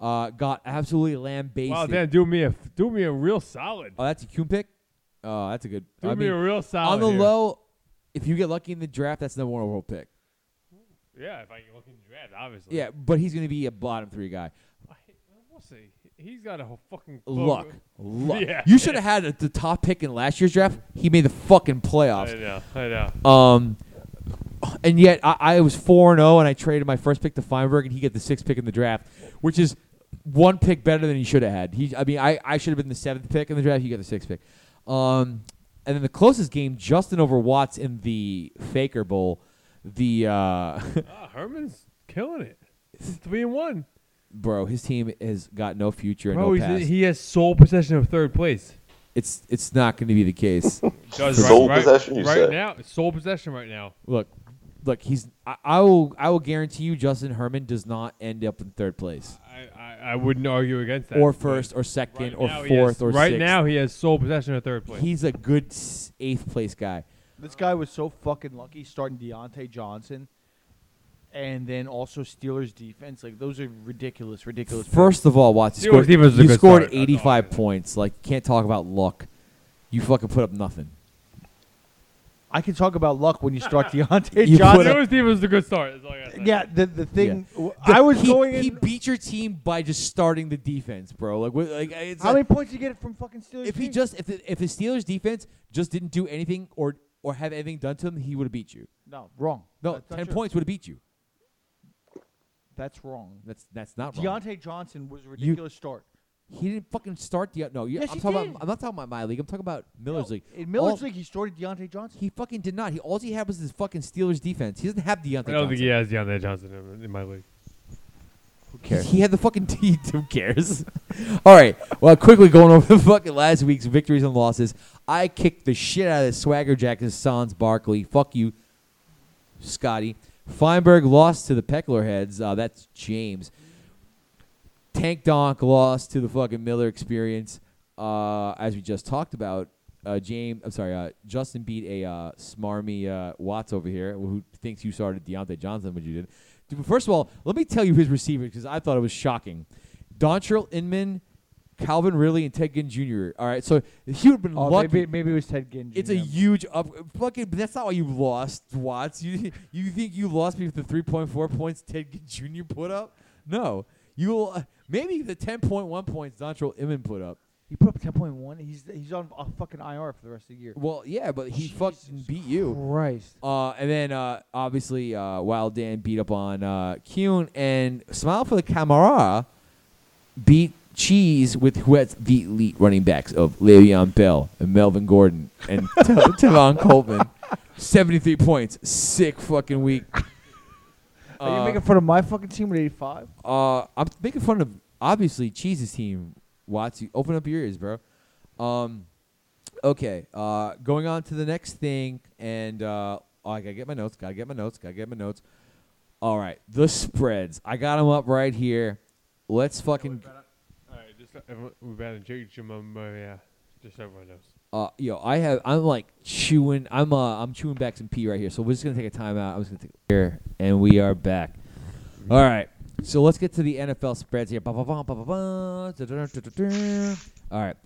[SPEAKER 1] uh, got absolutely lambasted.
[SPEAKER 4] Wow, Dan, do me a do me a real solid.
[SPEAKER 1] Oh, that's a Kuhn pick? Oh, that's a good.
[SPEAKER 4] Do
[SPEAKER 1] I
[SPEAKER 4] me
[SPEAKER 1] mean,
[SPEAKER 4] a real solid.
[SPEAKER 1] on the
[SPEAKER 4] here.
[SPEAKER 1] low, if you get lucky in the draft, that's the number one overall pick.
[SPEAKER 4] Yeah, if I can look in the draft, obviously.
[SPEAKER 1] Yeah, but he's going to be a bottom three guy.
[SPEAKER 4] We'll see. He's got a whole fucking <laughs>
[SPEAKER 1] Luck. Luck.
[SPEAKER 4] Yeah.
[SPEAKER 1] You should have had a, the top pick in last year's draft. He made the fucking
[SPEAKER 4] I
[SPEAKER 1] playoffs.
[SPEAKER 4] know. I know.
[SPEAKER 1] Um, and yet I, I was four and zero, and I traded my first pick to Feinberg, and he got the sixth pick in the draft, which is one pick better than he should have had. He, I mean, I, I should have been the seventh pick in the draft. He got the sixth pick. Um, and then the closest game, Justin over Watts in the Faker Bowl. The uh, <laughs>
[SPEAKER 4] Ah, Herman's killing it. It's three and one.
[SPEAKER 1] bro, his team has got no future and
[SPEAKER 4] Bro,
[SPEAKER 1] no
[SPEAKER 4] he's
[SPEAKER 1] past.
[SPEAKER 4] he has sole possession of third place.
[SPEAKER 1] it's it's not going to be the
[SPEAKER 4] <laughs>
[SPEAKER 1] case.
[SPEAKER 4] Does
[SPEAKER 2] Sole possession, you
[SPEAKER 4] right
[SPEAKER 2] said?
[SPEAKER 4] now. it's Sole possession right now.
[SPEAKER 1] look, look, he's. I, I will. I will guarantee you, Justin Herman does not end up in third place,
[SPEAKER 4] I, I, I wouldn't argue against that.
[SPEAKER 1] or
[SPEAKER 4] but
[SPEAKER 1] first, or second,
[SPEAKER 4] right
[SPEAKER 1] or
[SPEAKER 4] now he
[SPEAKER 1] fourth,
[SPEAKER 4] has-
[SPEAKER 1] or
[SPEAKER 4] right
[SPEAKER 1] sixth.
[SPEAKER 4] now he has sole possession of third place.
[SPEAKER 1] he's a good s- eighth place guy.
[SPEAKER 3] This guy was so fucking lucky starting Deontay Johnson, and then also Steelers defense. Like those are ridiculous, ridiculous. picks.
[SPEAKER 1] First of all, Watts, you
[SPEAKER 4] Steelers
[SPEAKER 1] scored,
[SPEAKER 4] defense is a
[SPEAKER 1] you
[SPEAKER 4] good
[SPEAKER 1] scored
[SPEAKER 4] start. That's all
[SPEAKER 1] 85
[SPEAKER 4] it is.
[SPEAKER 1] points. Like, can't talk about luck. You fucking put up nothing.
[SPEAKER 3] I can talk about luck when
[SPEAKER 1] <laughs>
[SPEAKER 3] you start Deontay
[SPEAKER 1] You
[SPEAKER 4] Steelers
[SPEAKER 1] put
[SPEAKER 3] Johnson.
[SPEAKER 1] up-
[SPEAKER 4] defense was a good start. That's all I got.
[SPEAKER 3] Yeah, the the thing
[SPEAKER 1] Yeah.
[SPEAKER 3] w I I was
[SPEAKER 1] he,
[SPEAKER 3] going.
[SPEAKER 1] He
[SPEAKER 3] in,
[SPEAKER 1] beat your team by just starting the defense, bro. Like, what- like it's
[SPEAKER 3] how
[SPEAKER 1] like-
[SPEAKER 3] many points did you get from fucking Steelers?
[SPEAKER 1] if he
[SPEAKER 3] team?
[SPEAKER 1] just if the, if the Steelers defense just didn't do anything or or have anything done to him, he would have beat you.
[SPEAKER 3] no wrong.
[SPEAKER 1] No,
[SPEAKER 3] That's not
[SPEAKER 1] ten
[SPEAKER 3] true.
[SPEAKER 1] points would have beat you.
[SPEAKER 3] That's wrong.
[SPEAKER 1] That's that's not wrong.
[SPEAKER 3] Deontay Johnson was a ridiculous start.
[SPEAKER 1] He didn't fucking start the. No, you,
[SPEAKER 3] Yes,
[SPEAKER 1] I'm
[SPEAKER 3] he
[SPEAKER 1] talking
[SPEAKER 3] did.
[SPEAKER 1] about. I'm not talking about my league. I'm talking about Miller's league.
[SPEAKER 3] In Miller's
[SPEAKER 1] All-
[SPEAKER 3] league, he started Deontay Johnson.
[SPEAKER 1] he fucking did not. He all he had was his fucking Steelers defense. He doesn't have Deontay
[SPEAKER 4] I don't
[SPEAKER 1] Johnson.
[SPEAKER 4] think he has Deontay Johnson in, in my league.
[SPEAKER 1] Who cares? He had the fucking <laughs> D. Who cares? <laughs> all right. Well, quickly going over <laughs> the fucking last week's victories and losses. I kicked the shit out of Swagger Jackson, Sans Barkley. Fuck you, Scotty. Feinberg lost to the Peckler heads. Uh, that's James. Tank Donk lost to the fucking Miller experience. Uh, as we just talked about, uh, James, I'm sorry, uh, Justin beat a uh, smarmy uh, Watts over here who thinks you started Deontay Johnson, which you did. Dude, first of all, let me tell you his receivers because I thought it was shocking. Dontrell Inman, Calvin Ridley, and Ted Ginn Jr. All right, so he would have been
[SPEAKER 3] Oh,
[SPEAKER 1] lucky.
[SPEAKER 3] maybe maybe it was Ted Ginn.
[SPEAKER 1] It's
[SPEAKER 3] Jr.
[SPEAKER 1] a huge up. Fucking, but that's not why you lost, Watts. You you think you lost because of the three point four points Ted Ginn Jr. put up? No, you will uh, maybe the ten point one points Dontrell Inman put up.
[SPEAKER 3] He put up ten point one. He's he's on a fucking IR for the rest of the year.
[SPEAKER 1] Well, yeah, but he fucking
[SPEAKER 3] Jesus
[SPEAKER 1] beat you.
[SPEAKER 3] Christ.
[SPEAKER 1] Uh, and then uh, obviously uh, Wild Dan beat up on uh, Kuhn and Smile for the Camara beat Cheese with who has the elite running backs of Le'Veon Bell and Melvin Gordon and T- Tavon Coleman. 73 points. Sick fucking week.
[SPEAKER 3] Are
[SPEAKER 1] Uh,
[SPEAKER 3] you making fun of my fucking team with 85?
[SPEAKER 1] uh, I'm making fun of obviously Cheese's team. Watts, you open up your ears, bro. Um, okay, uh, going on to the next thing, and uh, oh, I gotta get my notes. Gotta get my notes. Gotta get my notes. All right, the spreads. I got them up right here. Let's fucking
[SPEAKER 4] All right, just everyone, we better change him. yeah, just everyone knows.
[SPEAKER 1] uh, yo. I have. I'm like chewing. I'm uh, I'm chewing back some pee right here. So we're just gonna take a timeout. I'm just gonna take here, and we are back. All right. So let's get to the NFL spreads here. Ba ba ba ba ba ba. Da, da, da, da, da. All right.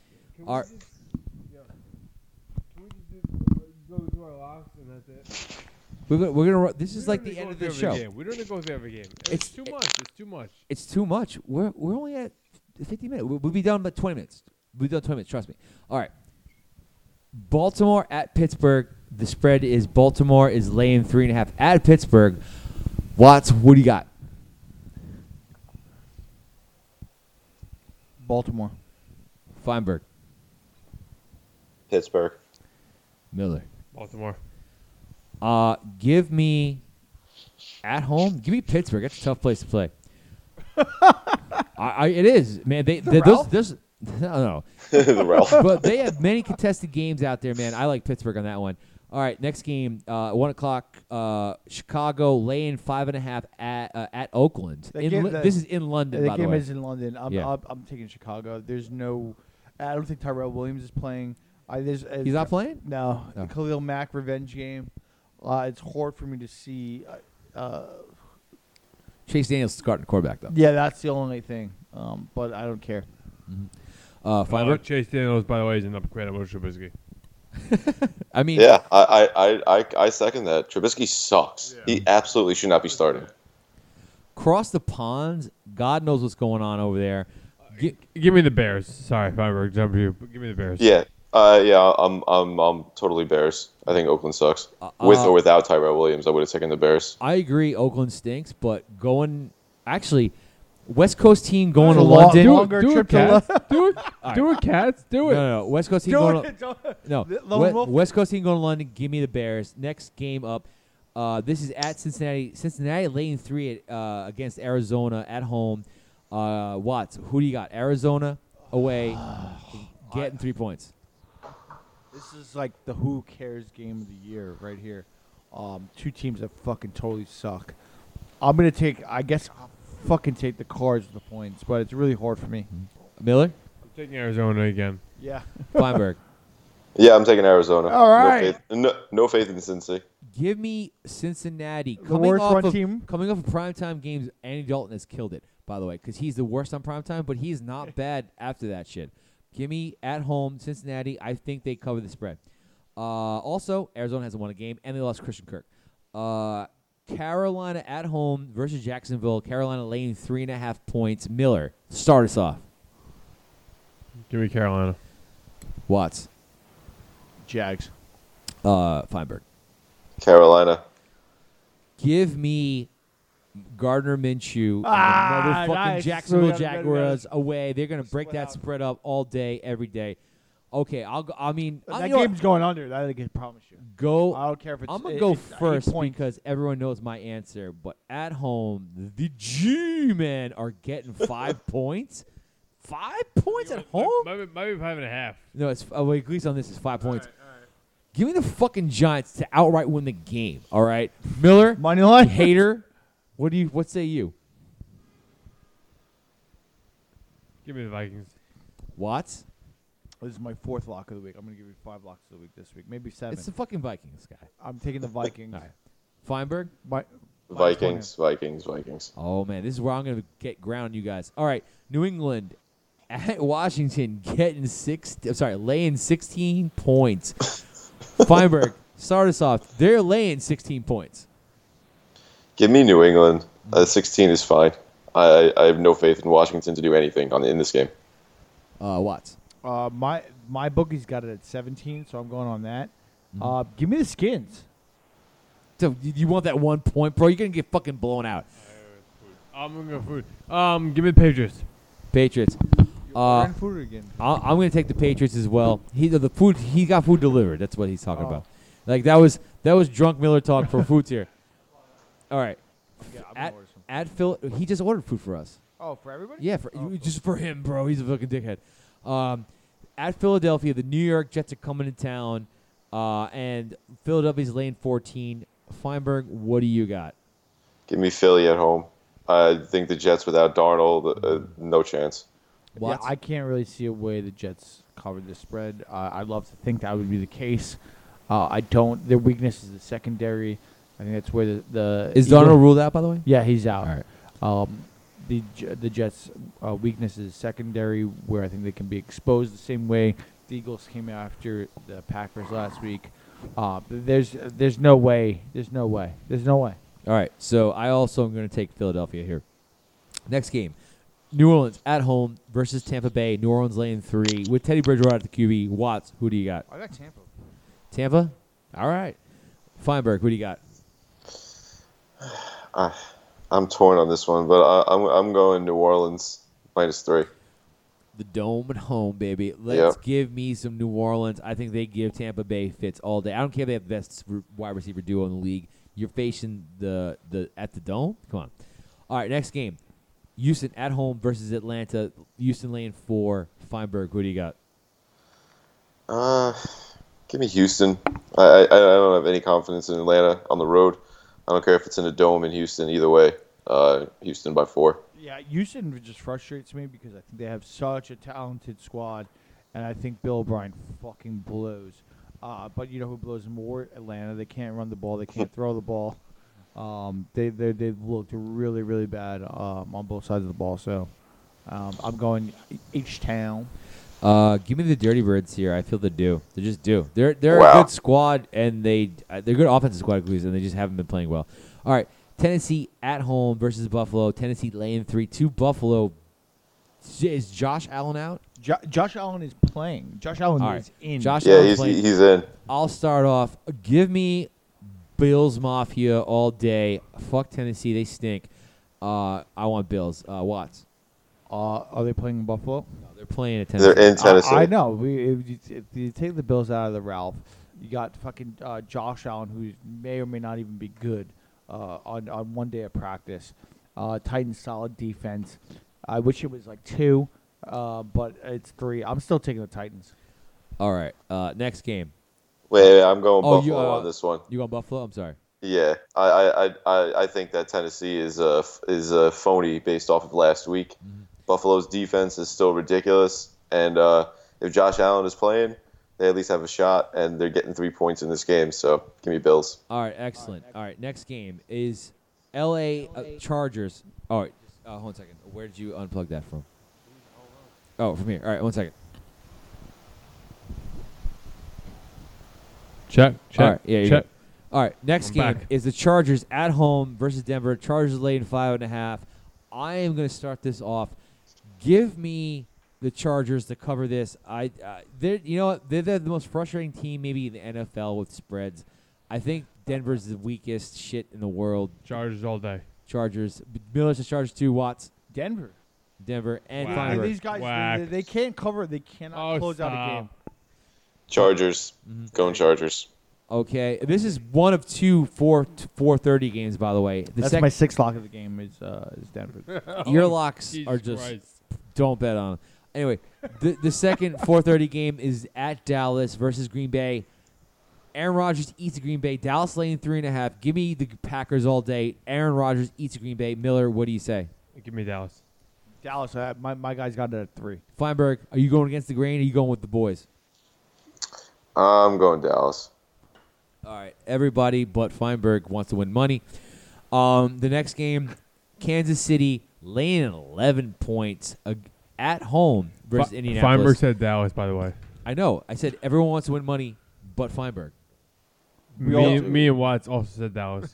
[SPEAKER 1] Our-
[SPEAKER 4] Can we just do, go through our locks and that's it?
[SPEAKER 1] We're gonna, we're gonna. ru- This is
[SPEAKER 4] We
[SPEAKER 1] like
[SPEAKER 4] don't
[SPEAKER 1] the
[SPEAKER 4] need to
[SPEAKER 1] end
[SPEAKER 4] go
[SPEAKER 1] of the
[SPEAKER 4] through every
[SPEAKER 1] show.
[SPEAKER 4] Game. We don't need to go through every game. It's,
[SPEAKER 1] It's-
[SPEAKER 4] too
[SPEAKER 1] it-
[SPEAKER 4] much. It's too much.
[SPEAKER 1] It's too much. We're we're only at fifty minutes. We'll, we'll be done by twenty minutes. We'll be done twenty minutes. Trust me. All right. Baltimore at Pittsburgh. The spread is Baltimore is laying three and a half at Pittsburgh. Watts, what do you got?
[SPEAKER 3] Baltimore.
[SPEAKER 1] Feinberg,
[SPEAKER 2] Pittsburgh. <laughs>
[SPEAKER 1] Miller.
[SPEAKER 4] Baltimore.
[SPEAKER 1] Uh, give me At home, give me Pittsburgh. That's a tough place to play. <laughs> I, I, it is, man. They, they those,
[SPEAKER 3] Ralph?
[SPEAKER 1] those, <laughs> no, no.
[SPEAKER 2] the Ralph.
[SPEAKER 1] but they have many contested games out there, man. I like Pittsburgh on that one. All right, next game, uh, one o'clock. Uh, Chicago laying five and a half at uh, at Oakland.
[SPEAKER 3] That
[SPEAKER 1] In
[SPEAKER 3] game-
[SPEAKER 1] Lo-
[SPEAKER 3] that-
[SPEAKER 1] this is in London, by
[SPEAKER 3] the
[SPEAKER 1] the
[SPEAKER 3] game
[SPEAKER 1] way.
[SPEAKER 3] is in London. I'm,
[SPEAKER 1] Yeah.
[SPEAKER 3] I'm, I'm taking Chicago. There's no. I don't think Tyrell Williams is playing. I, there's, uh,
[SPEAKER 1] He's not playing.
[SPEAKER 3] No,
[SPEAKER 1] No.
[SPEAKER 3] the Khalil Mack revenge game. Uh, it's hard for me to see. Uh, uh,
[SPEAKER 1] Chase Daniels is starting quarterback though.
[SPEAKER 3] yeah, that's the only thing. Um, but I don't care.
[SPEAKER 1] Uh,
[SPEAKER 4] I
[SPEAKER 1] Feinberg.
[SPEAKER 4] like Chase Daniels, by the way, is an upgrade over Trubisky.
[SPEAKER 1] I mean,
[SPEAKER 2] Yeah, I, I, I, I, I second that. Trubisky sucks. He absolutely should not be starting.
[SPEAKER 1] cross the ponds. God knows what's going on over there. Gi-
[SPEAKER 4] Give me the Bears. Sorry, Feinberg, jump you. But give me the Bears.
[SPEAKER 2] Yeah, uh, yeah, I'm, I'm, I'm totally Bears. I think Oakland sucks. With
[SPEAKER 1] uh,
[SPEAKER 2] or without Tyrell Williams, I would have taken the Bears.
[SPEAKER 1] I agree, Oakland stinks, but going actually, West Coast team going to
[SPEAKER 3] a lo-
[SPEAKER 1] London.
[SPEAKER 3] dude,
[SPEAKER 4] Do it,
[SPEAKER 3] Longer
[SPEAKER 4] do
[SPEAKER 3] trip
[SPEAKER 4] it,
[SPEAKER 3] to
[SPEAKER 4] cats.
[SPEAKER 3] <laughs>
[SPEAKER 4] do it, do it, cats. Do
[SPEAKER 1] No,
[SPEAKER 4] it.
[SPEAKER 1] no, no, West Coast team
[SPEAKER 3] Don't-
[SPEAKER 1] going. To,
[SPEAKER 3] <laughs> don't-
[SPEAKER 1] no,
[SPEAKER 3] The lone
[SPEAKER 1] West,
[SPEAKER 3] wolf.
[SPEAKER 1] West Coast team going to London. Give me the Bears. Next game up. Uh, this is at Cincinnati. Cincinnati lane three at, uh, against Arizona at home. Uh, Watts, who do you got? Arizona
[SPEAKER 3] <sighs>
[SPEAKER 1] away, getting three points.
[SPEAKER 3] This is like the who cares game of the year right here. Um, two teams that fucking totally suck. I'm gonna take. I guess I'll fucking take the cards with the points, but it's really hard for me. <laughs>
[SPEAKER 1] Miller,
[SPEAKER 4] I'm taking Arizona again.
[SPEAKER 3] Yeah.
[SPEAKER 1] Feinberg.
[SPEAKER 2] Yeah, I'm taking Arizona.
[SPEAKER 3] All right.
[SPEAKER 2] No faith, no, no faith in Cincy.
[SPEAKER 1] Give me Cincinnati.
[SPEAKER 3] The
[SPEAKER 1] coming
[SPEAKER 3] worst
[SPEAKER 1] off
[SPEAKER 3] run
[SPEAKER 1] of,
[SPEAKER 3] team.
[SPEAKER 1] Coming off of primetime games, Andy Dalton has killed it, by the way, because he's the worst on primetime, but he's
[SPEAKER 3] <laughs>
[SPEAKER 1] not bad after that shit. Give me at home Cincinnati. I think they cover the spread. Uh, also, Arizona hasn't won a game, and they lost Christian Kirk. Uh, Carolina at home versus Jacksonville. Carolina laying three and a half points. Miller, start us off.
[SPEAKER 4] Give me Carolina.
[SPEAKER 1] Watts,
[SPEAKER 3] <laughs> Jags.
[SPEAKER 1] uh, Feinberg.
[SPEAKER 2] Carolina.
[SPEAKER 1] Give me Gardner Minshew
[SPEAKER 3] Ah,
[SPEAKER 1] and another fucking
[SPEAKER 3] nice.
[SPEAKER 1] Jacksonville
[SPEAKER 3] We got it, we got it, we got
[SPEAKER 1] Jaguars
[SPEAKER 3] it.
[SPEAKER 1] away. They're gonna break
[SPEAKER 3] Split
[SPEAKER 1] that
[SPEAKER 3] out.
[SPEAKER 1] spread up all day, every day. Okay, I'll. Go, I mean, I,
[SPEAKER 3] that
[SPEAKER 1] you know what?
[SPEAKER 3] game's going under. I can promise you.
[SPEAKER 1] go.
[SPEAKER 3] I don't care if it's.
[SPEAKER 1] I'm gonna
[SPEAKER 3] it-
[SPEAKER 1] go
[SPEAKER 3] it's eight
[SPEAKER 1] first
[SPEAKER 3] points.
[SPEAKER 1] because everyone knows my answer. But at home, the G men are
[SPEAKER 3] <laughs>
[SPEAKER 1] getting five points. Five points at home?
[SPEAKER 4] Maybe, maybe five and a half.
[SPEAKER 1] No, it's uh, well, at least on this is five points. Give me the fucking Giants to outright win the game. All right, Miller,
[SPEAKER 3] <laughs> money line.
[SPEAKER 1] hater. What do you? What say you?
[SPEAKER 4] Give me the Vikings.
[SPEAKER 1] Watts.
[SPEAKER 3] This is my fourth lock of the week. I'm gonna give you five locks of the week this week, maybe seven.
[SPEAKER 1] It's the fucking Vikings guy.
[SPEAKER 3] I'm <laughs> taking the Vikings.
[SPEAKER 1] All right. Feinberg.
[SPEAKER 3] My, minus one
[SPEAKER 2] Vikings, Vikings, Vikings.
[SPEAKER 1] Oh man, this is where I'm gonna get ground, you guys. All right, New England at <laughs> Washington, getting six. I'm sorry, laying 16 points. Feinberg, start us off. They're laying 16 points.
[SPEAKER 2] Give me New England. Uh, 16 is fine. I, I I have no faith in Washington to do anything on in this game.
[SPEAKER 1] Uh, Watts.
[SPEAKER 3] here. Uh, my my bookie's got it at 17, so I'm going on that. Uh, give me the skins.
[SPEAKER 1] So you you want that one point, bro? You're gonna get fucking blown out.
[SPEAKER 4] I'm gonna go food. Um, give me the Patriots.
[SPEAKER 1] Patriots. Uh,
[SPEAKER 3] Ryan Fuller again.
[SPEAKER 1] I- I'm going to take the Patriots as well. He the food he got food delivered. That's what he's talking about. Like that was that was drunk Miller talk for food tier. All right.
[SPEAKER 3] Yeah, I'm gonna
[SPEAKER 1] At,
[SPEAKER 3] order some.
[SPEAKER 1] at Phil, he just ordered food for us.
[SPEAKER 3] Oh, for everybody?
[SPEAKER 1] Yeah, for,
[SPEAKER 3] Oh, cool.
[SPEAKER 1] just for him, bro. He's a fucking dickhead. Um, at Philadelphia, the New York Jets are coming to town, uh, and Philadelphia's lane 14. Feinberg, what do you got?
[SPEAKER 2] Give me Philly at home. I think the Jets without Darnold, uh, no chance.
[SPEAKER 3] Yeah,
[SPEAKER 1] Watts?
[SPEAKER 3] I can't really see a way the Jets cover this spread. Uh, I'd love to think that would be the case. Uh, I don't. Their weakness is the secondary. I think that's where the, the
[SPEAKER 1] Is
[SPEAKER 3] Eagles-
[SPEAKER 1] Darnold ruled out, by the way?
[SPEAKER 3] Yeah, he's out.
[SPEAKER 1] All right.
[SPEAKER 3] Um, the J- the Jets' uh, weakness is secondary, where I think they can be exposed the same way the Eagles came after the Packers last week. Uh, there's there's no way. There's no way. There's no way.
[SPEAKER 1] All right, so I also am going to take Philadelphia here. Next game, New Orleans at home versus Tampa Bay. New Orleans laying three with Teddy Bridgewater at the QB. Watts, who do you got?
[SPEAKER 3] I got Tampa.
[SPEAKER 1] Tampa. All right, Feinberg, who do you got?
[SPEAKER 2] I'm torn on this one, but I, I'm I'm going New Orleans minus three.
[SPEAKER 1] The dome at home, baby. Let's
[SPEAKER 2] Yep.
[SPEAKER 1] give me some New Orleans. I think they give Tampa Bay fits all day. I don't care if they have the best r- wide receiver duo in the league. You're facing the the at the dome. Come on. All right, next game, Houston at home versus Atlanta. Houston lane four. Feinberg, who do you got?
[SPEAKER 2] Uh, give me Houston. I, I I don't have any confidence in Atlanta on the road. I don't care if it's in a dome in Houston. Either way, uh, Houston by four.
[SPEAKER 3] Yeah, Houston just frustrates me because I think they have such a talented squad, and I think Bill O'Brien fucking blows. Uh, but you know who blows more? Atlanta. They can't run the ball. They can't throw the ball. Um, they they they've looked really really bad um, on both sides of the ball. So um, I'm going H Town.
[SPEAKER 1] Uh, give me the Dirty Birds here. I feel they're due. They're just due. They're they're a
[SPEAKER 2] Wow.
[SPEAKER 1] good squad, and they uh, they're good offensive squad, at least, and they just haven't been playing well. All right, Tennessee at home versus Buffalo. Tennessee laying three two. Buffalo is Josh Allen out.
[SPEAKER 3] Jo- Josh Allen is playing. Josh Allen
[SPEAKER 1] All right.
[SPEAKER 3] is in.
[SPEAKER 1] Josh
[SPEAKER 2] Yeah,
[SPEAKER 1] Allen's
[SPEAKER 2] he's
[SPEAKER 1] playing.
[SPEAKER 2] he's in.
[SPEAKER 1] I'll start off. Give me Bills Mafia all day. Fuck Tennessee. They stink. Uh, I want Bills. Uh, Watts.
[SPEAKER 3] Uh, are they playing in Buffalo?
[SPEAKER 1] No, they're playing at Tennessee.
[SPEAKER 2] They're in Tennessee.
[SPEAKER 3] I, I know. We, if, you, if you take the Bills out of the Ralph, you got fucking uh, Josh Allen, who may or may not even be good uh, on on one day of practice. Uh, Titans solid defense. I wish it was like two, uh, but it's three. I'm still taking the Titans.
[SPEAKER 1] All right. Uh, next game.
[SPEAKER 2] Wait, wait, I'm going
[SPEAKER 1] Oh,
[SPEAKER 2] Buffalo
[SPEAKER 1] you, uh,
[SPEAKER 2] on this one.
[SPEAKER 1] You want Buffalo? I'm sorry.
[SPEAKER 2] Yeah, I, I, I- I, I think that Tennessee is uh, f- is uh, phony based off of last week.
[SPEAKER 4] Mm-hmm.
[SPEAKER 2] Buffalo's defense is still ridiculous, and uh, if Josh Allen is playing, they at least have a shot, and they're getting three points in this game. So give me Bills.
[SPEAKER 1] All right, excellent. All right, next game is L.A. Uh, Chargers. All right, uh, hold on a second. Where did you unplug that from? Oh, from here. All right, one second.
[SPEAKER 4] Check. Check.
[SPEAKER 1] All right, yeah, you're
[SPEAKER 4] check.
[SPEAKER 1] good. All right, next
[SPEAKER 4] I'm
[SPEAKER 1] game
[SPEAKER 4] back.
[SPEAKER 1] is the Chargers at home versus Denver. Chargers laying five and a half. I am going to start this off. Give me the Chargers to cover this. I, uh, they're, you know, what? they're, they're the most frustrating team maybe in the NFL with spreads. I think Denver's the weakest shit in the world.
[SPEAKER 4] Chargers all day.
[SPEAKER 1] Chargers. Miller's the Chargers two. Watts.
[SPEAKER 3] Denver.
[SPEAKER 1] Denver and
[SPEAKER 4] Wow.
[SPEAKER 1] Feinberg.
[SPEAKER 3] These guys,
[SPEAKER 4] Whack.
[SPEAKER 3] they, they can't cover. They cannot
[SPEAKER 4] Oh,
[SPEAKER 3] close out a
[SPEAKER 4] stop.
[SPEAKER 3] game.
[SPEAKER 2] Chargers,
[SPEAKER 4] Mm-hmm.
[SPEAKER 2] going Chargers.
[SPEAKER 1] Okay, this is one of two four four thirty games, by the way. The
[SPEAKER 3] That's my
[SPEAKER 1] second,
[SPEAKER 3] sixth lock of the game is uh, is Denver.
[SPEAKER 1] your locks are just don't bet on them. Anyway, the the second four thirty game is at Dallas versus Green Bay. Aaron Rodgers eats Green Bay. Dallas laying three and a half. Give me the Packers all day. Aaron Rodgers eats Green Bay. Miller, what do you say?
[SPEAKER 4] Give me Dallas.
[SPEAKER 3] <laughs> Dallas. I, my my guys got it at three.
[SPEAKER 1] Feinberg, are you going against the grain? Or are you going with the boys?
[SPEAKER 2] I'm going Dallas.
[SPEAKER 1] All right, everybody but Feinberg wants to win money. Um, the next game, Kansas City laying 11 points uh, at home versus
[SPEAKER 4] Fe-
[SPEAKER 1] Indianapolis.
[SPEAKER 4] Feinberg said Dallas, by the way.
[SPEAKER 1] I know. I said everyone wants to win money but Feinberg.
[SPEAKER 3] We
[SPEAKER 4] me,
[SPEAKER 3] all
[SPEAKER 4] and-
[SPEAKER 3] do.
[SPEAKER 4] me and Watts also
[SPEAKER 1] <laughs>
[SPEAKER 4] said Dallas.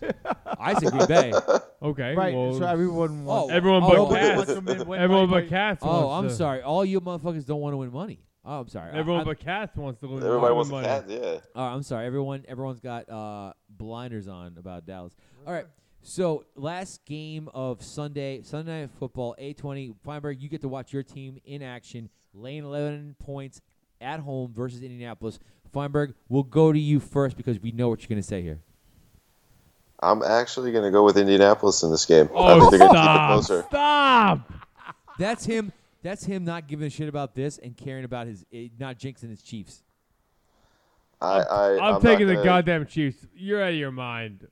[SPEAKER 1] I said Green
[SPEAKER 4] <laughs>
[SPEAKER 1] Bay.
[SPEAKER 4] okay.
[SPEAKER 3] Right.
[SPEAKER 4] well,
[SPEAKER 3] So everyone wants.
[SPEAKER 4] everyone
[SPEAKER 1] oh,
[SPEAKER 4] but
[SPEAKER 1] oh,
[SPEAKER 4] Cass. Everyone but Cats.
[SPEAKER 1] Oh, I'm
[SPEAKER 4] wants to-
[SPEAKER 1] sorry. All you motherfuckers don't want to win money. Oh, I'm sorry. I-
[SPEAKER 4] Everyone
[SPEAKER 1] I'm,
[SPEAKER 4] but Cats wants to lose.
[SPEAKER 2] Everybody wants
[SPEAKER 4] money.
[SPEAKER 2] a cat. Yeah.
[SPEAKER 1] Uh, I'm sorry. Everyone, everyone's got uh, blinders on about Dallas. All right. So last game of Sunday, Sunday Night Football, eight twenty. Feinberg, you get to watch your team in action, laying eleven points at home versus Indianapolis. Feinberg, we'll go to you first because we know what you're going to say here.
[SPEAKER 2] I'm actually going to go with Indianapolis in this game. I
[SPEAKER 4] Oh,
[SPEAKER 2] think they're going to keep it
[SPEAKER 4] stop!
[SPEAKER 2] closer.
[SPEAKER 4] Stop!
[SPEAKER 1] That's him. That's him not giving a shit about this and caring about his eh, not jinxing his Chiefs.
[SPEAKER 2] I, I,
[SPEAKER 4] I'm,
[SPEAKER 2] not
[SPEAKER 4] taking the
[SPEAKER 2] gonna-
[SPEAKER 4] goddamn Chiefs. You're out of your mind.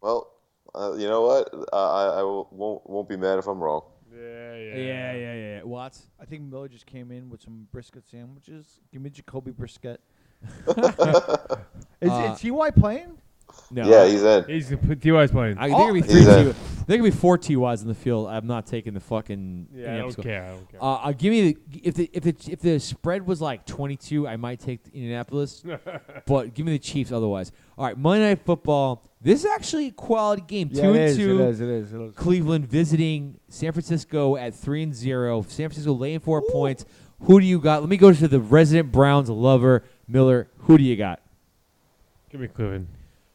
[SPEAKER 2] Well, uh, you know what? I, I- I won't, won't be mad if I'm wrong.
[SPEAKER 4] Yeah,
[SPEAKER 1] Yeah, yeah, yeah. Watts.
[SPEAKER 3] I think Miller just came in with some brisket sandwiches. Give me Jacoby brisket. is,
[SPEAKER 1] Uh,
[SPEAKER 3] is TY playing?
[SPEAKER 1] No.
[SPEAKER 2] Yeah, he's in.
[SPEAKER 4] He's Ty's playing.
[SPEAKER 1] I,
[SPEAKER 4] I,
[SPEAKER 1] there could be
[SPEAKER 2] He's
[SPEAKER 1] three.
[SPEAKER 2] a-
[SPEAKER 1] T- there could be four TYs in the field. I'm not taking the fucking.
[SPEAKER 4] yeah, I
[SPEAKER 1] Indianapolis
[SPEAKER 4] don't
[SPEAKER 1] score.
[SPEAKER 4] care. I don't care.
[SPEAKER 1] Uh, uh, give me the if the if the if the spread was like 22, I might take the Indianapolis, but give me the Chiefs otherwise. All right, Monday Night Football. This is actually a quality game. two and two.
[SPEAKER 3] It is. It is.
[SPEAKER 1] Cleveland visiting San Francisco at three and zero. San Francisco laying four points. Who do you got? Let me go to the resident Browns lover Miller. Who do you got?
[SPEAKER 4] Give me Cleveland.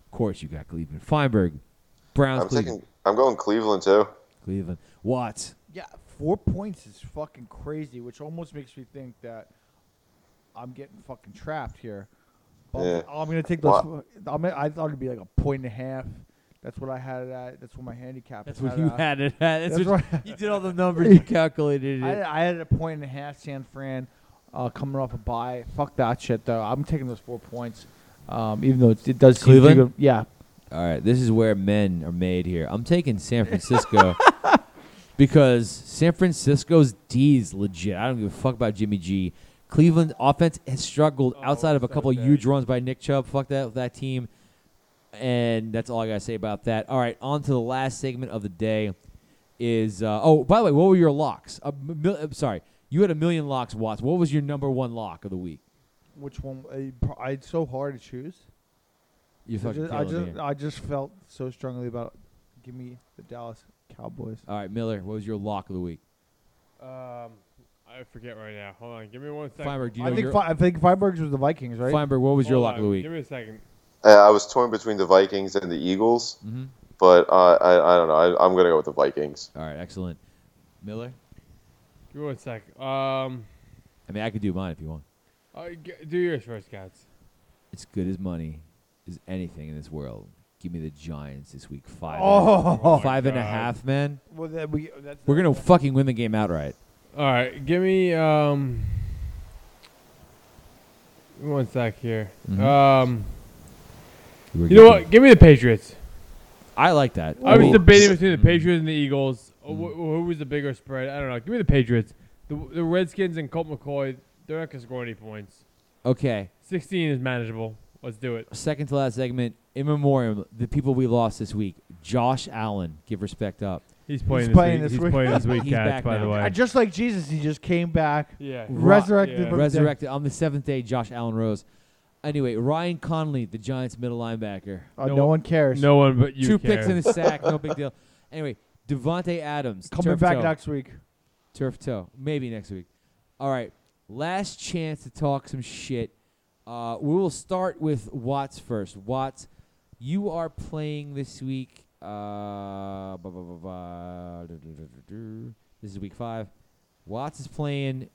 [SPEAKER 1] Of course, you got Cleveland. Feinberg, Browns,
[SPEAKER 2] I'm
[SPEAKER 1] Cleveland,
[SPEAKER 2] taking. I'm going Cleveland too.
[SPEAKER 1] Cleveland. Watts.
[SPEAKER 3] Yeah, four points is fucking crazy, which almost makes me think that I'm getting fucking trapped here. But
[SPEAKER 2] Yeah.
[SPEAKER 3] I'm gonna take those.
[SPEAKER 2] Wha-
[SPEAKER 3] I'm, I thought it'd be like a point and a half. That's what I had it at. That's what my handicap.
[SPEAKER 1] That's
[SPEAKER 3] was
[SPEAKER 1] what
[SPEAKER 3] at,
[SPEAKER 1] you
[SPEAKER 3] uh,
[SPEAKER 1] had it at. <laughs> That's,
[SPEAKER 3] That's
[SPEAKER 1] what
[SPEAKER 3] right.
[SPEAKER 1] you did all the
[SPEAKER 3] <laughs>
[SPEAKER 1] numbers. You calculated it.
[SPEAKER 3] I, I had a point and a half San Fran uh, coming off a bye. Fuck that shit though. I'm taking those four points, um, even though it, it does. seem
[SPEAKER 1] Cleveland?
[SPEAKER 3] big of- yeah,
[SPEAKER 1] All right, this is where men are made here. I'm taking San Francisco <laughs> because San Francisco's D is legit. I don't give a fuck about Jimmy G. Cleveland's offense has struggled
[SPEAKER 4] Oh,
[SPEAKER 1] outside of a
[SPEAKER 4] so
[SPEAKER 1] couple
[SPEAKER 4] bad.
[SPEAKER 1] huge runs by Nick Chubb. Fuck that that team. And that's all I gotta say about that. All right, on to the last segment of the day. Is uh, oh by the way, what were your locks? A mil- uh, sorry, you had a million locks, Watts. What was your number one lock of the week?
[SPEAKER 3] which one? I, pro- I it's so hard to choose.
[SPEAKER 1] You
[SPEAKER 3] I
[SPEAKER 1] fucking
[SPEAKER 3] just, I
[SPEAKER 1] killing me
[SPEAKER 3] just,
[SPEAKER 1] here.
[SPEAKER 3] I just felt so strongly about. Give me the Dallas Cowboys.
[SPEAKER 1] All right, Miller, what was your lock of the week?
[SPEAKER 4] Um, I forget right now. Hold on, give me one second.
[SPEAKER 1] Feinberg, do you know
[SPEAKER 3] I think
[SPEAKER 1] your
[SPEAKER 3] Fe- I think Feinberg's was the Vikings, right?
[SPEAKER 1] Feinberg, what was your
[SPEAKER 4] Hold
[SPEAKER 1] lock
[SPEAKER 4] on,
[SPEAKER 1] of the week?
[SPEAKER 4] Give me a second.
[SPEAKER 2] Uh, I was torn between the Vikings and the Eagles,
[SPEAKER 1] Mhm.
[SPEAKER 2] but uh, I, I don't know. I, I'm going to go with the Vikings.
[SPEAKER 1] All right, excellent. Miller?
[SPEAKER 4] Give me one second. Um,
[SPEAKER 1] I mean, I could do mine if you want.
[SPEAKER 4] uh, g- do yours first, guys.
[SPEAKER 1] It's good as money is anything in this world. Give me the Giants this week. Five.
[SPEAKER 3] Oh,
[SPEAKER 1] Five and a
[SPEAKER 4] God.
[SPEAKER 1] half, man.
[SPEAKER 3] well, that we, that's
[SPEAKER 1] We're going to fucking win the game outright.
[SPEAKER 4] All right, give me um. give me One sec here.
[SPEAKER 1] Mhm.
[SPEAKER 4] Um,
[SPEAKER 1] We're
[SPEAKER 4] you know
[SPEAKER 1] good.
[SPEAKER 4] what? Give me the Patriots.
[SPEAKER 1] I like that.
[SPEAKER 4] I was
[SPEAKER 2] Ooh.
[SPEAKER 4] debating between the
[SPEAKER 1] Mm.
[SPEAKER 4] Patriots and the Eagles. Uh, wh- who was the bigger spread? I don't know. Give me the Patriots. The, the Redskins and Colt McCoy. They're not gonna score any points.
[SPEAKER 1] Okay.
[SPEAKER 4] Sixteen is manageable. Let's do it.
[SPEAKER 1] Second to last segment. In memoriam, the people we lost this week. Josh Allen. Give respect up.
[SPEAKER 4] He's playing. this
[SPEAKER 3] playing
[SPEAKER 4] week.
[SPEAKER 3] this
[SPEAKER 4] He's
[SPEAKER 3] week.
[SPEAKER 4] playing this week,
[SPEAKER 1] He's
[SPEAKER 4] cats.
[SPEAKER 1] back
[SPEAKER 4] By
[SPEAKER 1] now.
[SPEAKER 4] the way.
[SPEAKER 3] I, just like Jesus, he just came back,
[SPEAKER 4] yeah.
[SPEAKER 1] Ro-
[SPEAKER 3] resurrected.
[SPEAKER 4] yeah.
[SPEAKER 3] from the dead.
[SPEAKER 1] Resurrected. I'm the seventh day Josh Allen Rose. Anyway, Ryan Conley, the Giants middle linebacker.
[SPEAKER 3] Uh, no,
[SPEAKER 4] No one-
[SPEAKER 3] one cares.
[SPEAKER 4] No one but you.
[SPEAKER 1] Two
[SPEAKER 4] care.
[SPEAKER 1] picks in a sack. No big deal. <laughs> Anyway, Devontae Adams.
[SPEAKER 3] coming
[SPEAKER 1] turf
[SPEAKER 3] back
[SPEAKER 1] toe.
[SPEAKER 3] next week.
[SPEAKER 1] Turf toe. Maybe next week. All right. Last chance to talk some shit. Uh, we will start with Watts first. Watts, you are playing this week. Uh, blah, blah, blah, blah, du- du- du- du- du. This is week five. Watts is playing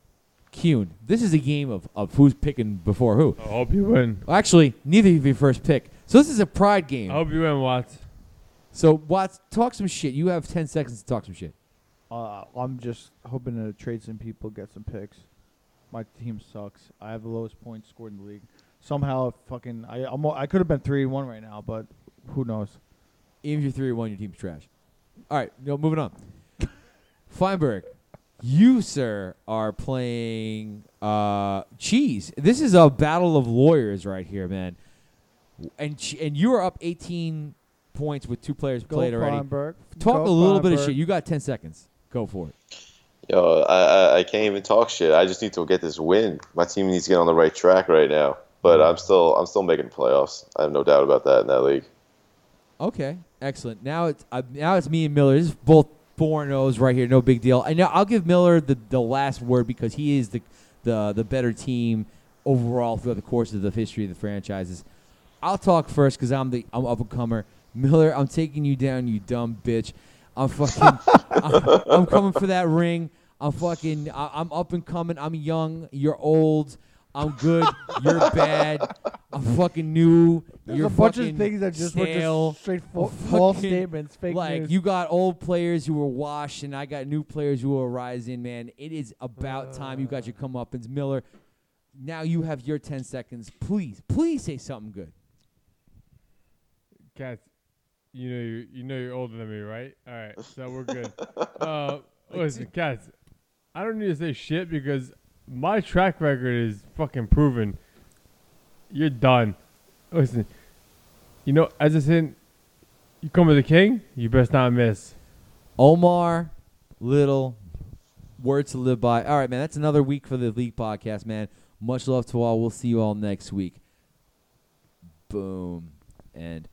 [SPEAKER 1] Kuhn. This is a game of, of who's picking before who.
[SPEAKER 4] I hope you win.
[SPEAKER 1] Well, actually, neither of you first pick. So this is a pride
[SPEAKER 4] I
[SPEAKER 1] game.
[SPEAKER 4] hope you win, Watts.
[SPEAKER 1] So Watts, talk some shit. You have ten seconds to talk some shit.
[SPEAKER 3] Uh, I'm just hoping to trade some people, get some picks. My team sucks. I have the lowest points scored in the league. Somehow, fucking, I I'm, I could have been three and one right now, but who knows?
[SPEAKER 1] Even if you're three or one, your team's trash. All right, no, moving on. <laughs> Feinberg, you sir are playing uh, cheese. This is a battle of lawyers right here, man. And Ch- and you are up 18 points with two players
[SPEAKER 3] Go
[SPEAKER 1] played already.
[SPEAKER 3] Feinberg.
[SPEAKER 1] Talk
[SPEAKER 3] Go
[SPEAKER 1] a little bit of
[SPEAKER 3] Feinberg.
[SPEAKER 1] shit. You got 10 seconds. Go for it.
[SPEAKER 2] Yo, I, I, I can't even talk shit. I just need to get this win. My team needs to get on the right track right now. But I'm still I'm still making playoffs. I have no doubt about that in that league.
[SPEAKER 1] Okay, excellent. Now it's uh, now it's me and Miller. This is both four and O's right here. No big deal. And now I'll give Miller the, the last word because he is the the the better team overall throughout the course of the history of the franchises. I'll talk first because I'm the I'm up and comer. Miller, I'm taking you down, you dumb bitch. I'm fucking. I'm, I'm coming for that ring. I'm fucking. I, I'm up and coming. I'm young. You're old. I'm good. You're bad. I'm fucking new.
[SPEAKER 3] There's
[SPEAKER 1] you're
[SPEAKER 3] a bunch
[SPEAKER 1] fucking
[SPEAKER 3] of things that just
[SPEAKER 1] stale
[SPEAKER 3] were just straight fa-
[SPEAKER 1] fucking,
[SPEAKER 3] false statements, fake
[SPEAKER 1] like
[SPEAKER 3] news.
[SPEAKER 1] you got old players who were washed, and I got new players who are rising. Man, it is about time you got your comeuppance, Miller. Now you have your ten seconds. Please, please say something good.
[SPEAKER 4] Cats, you know you you know you're older than me, right? All right, so we're good. uh, listen, cats, I don't need to say shit because my track record is fucking proven. You're done. Listen, you know as I said, you come with a king, you best not miss.
[SPEAKER 1] Omar Little, word to live by. All right, man. That's another week for the league podcast, man. Much love to all. We'll see you all next week. Boom. And.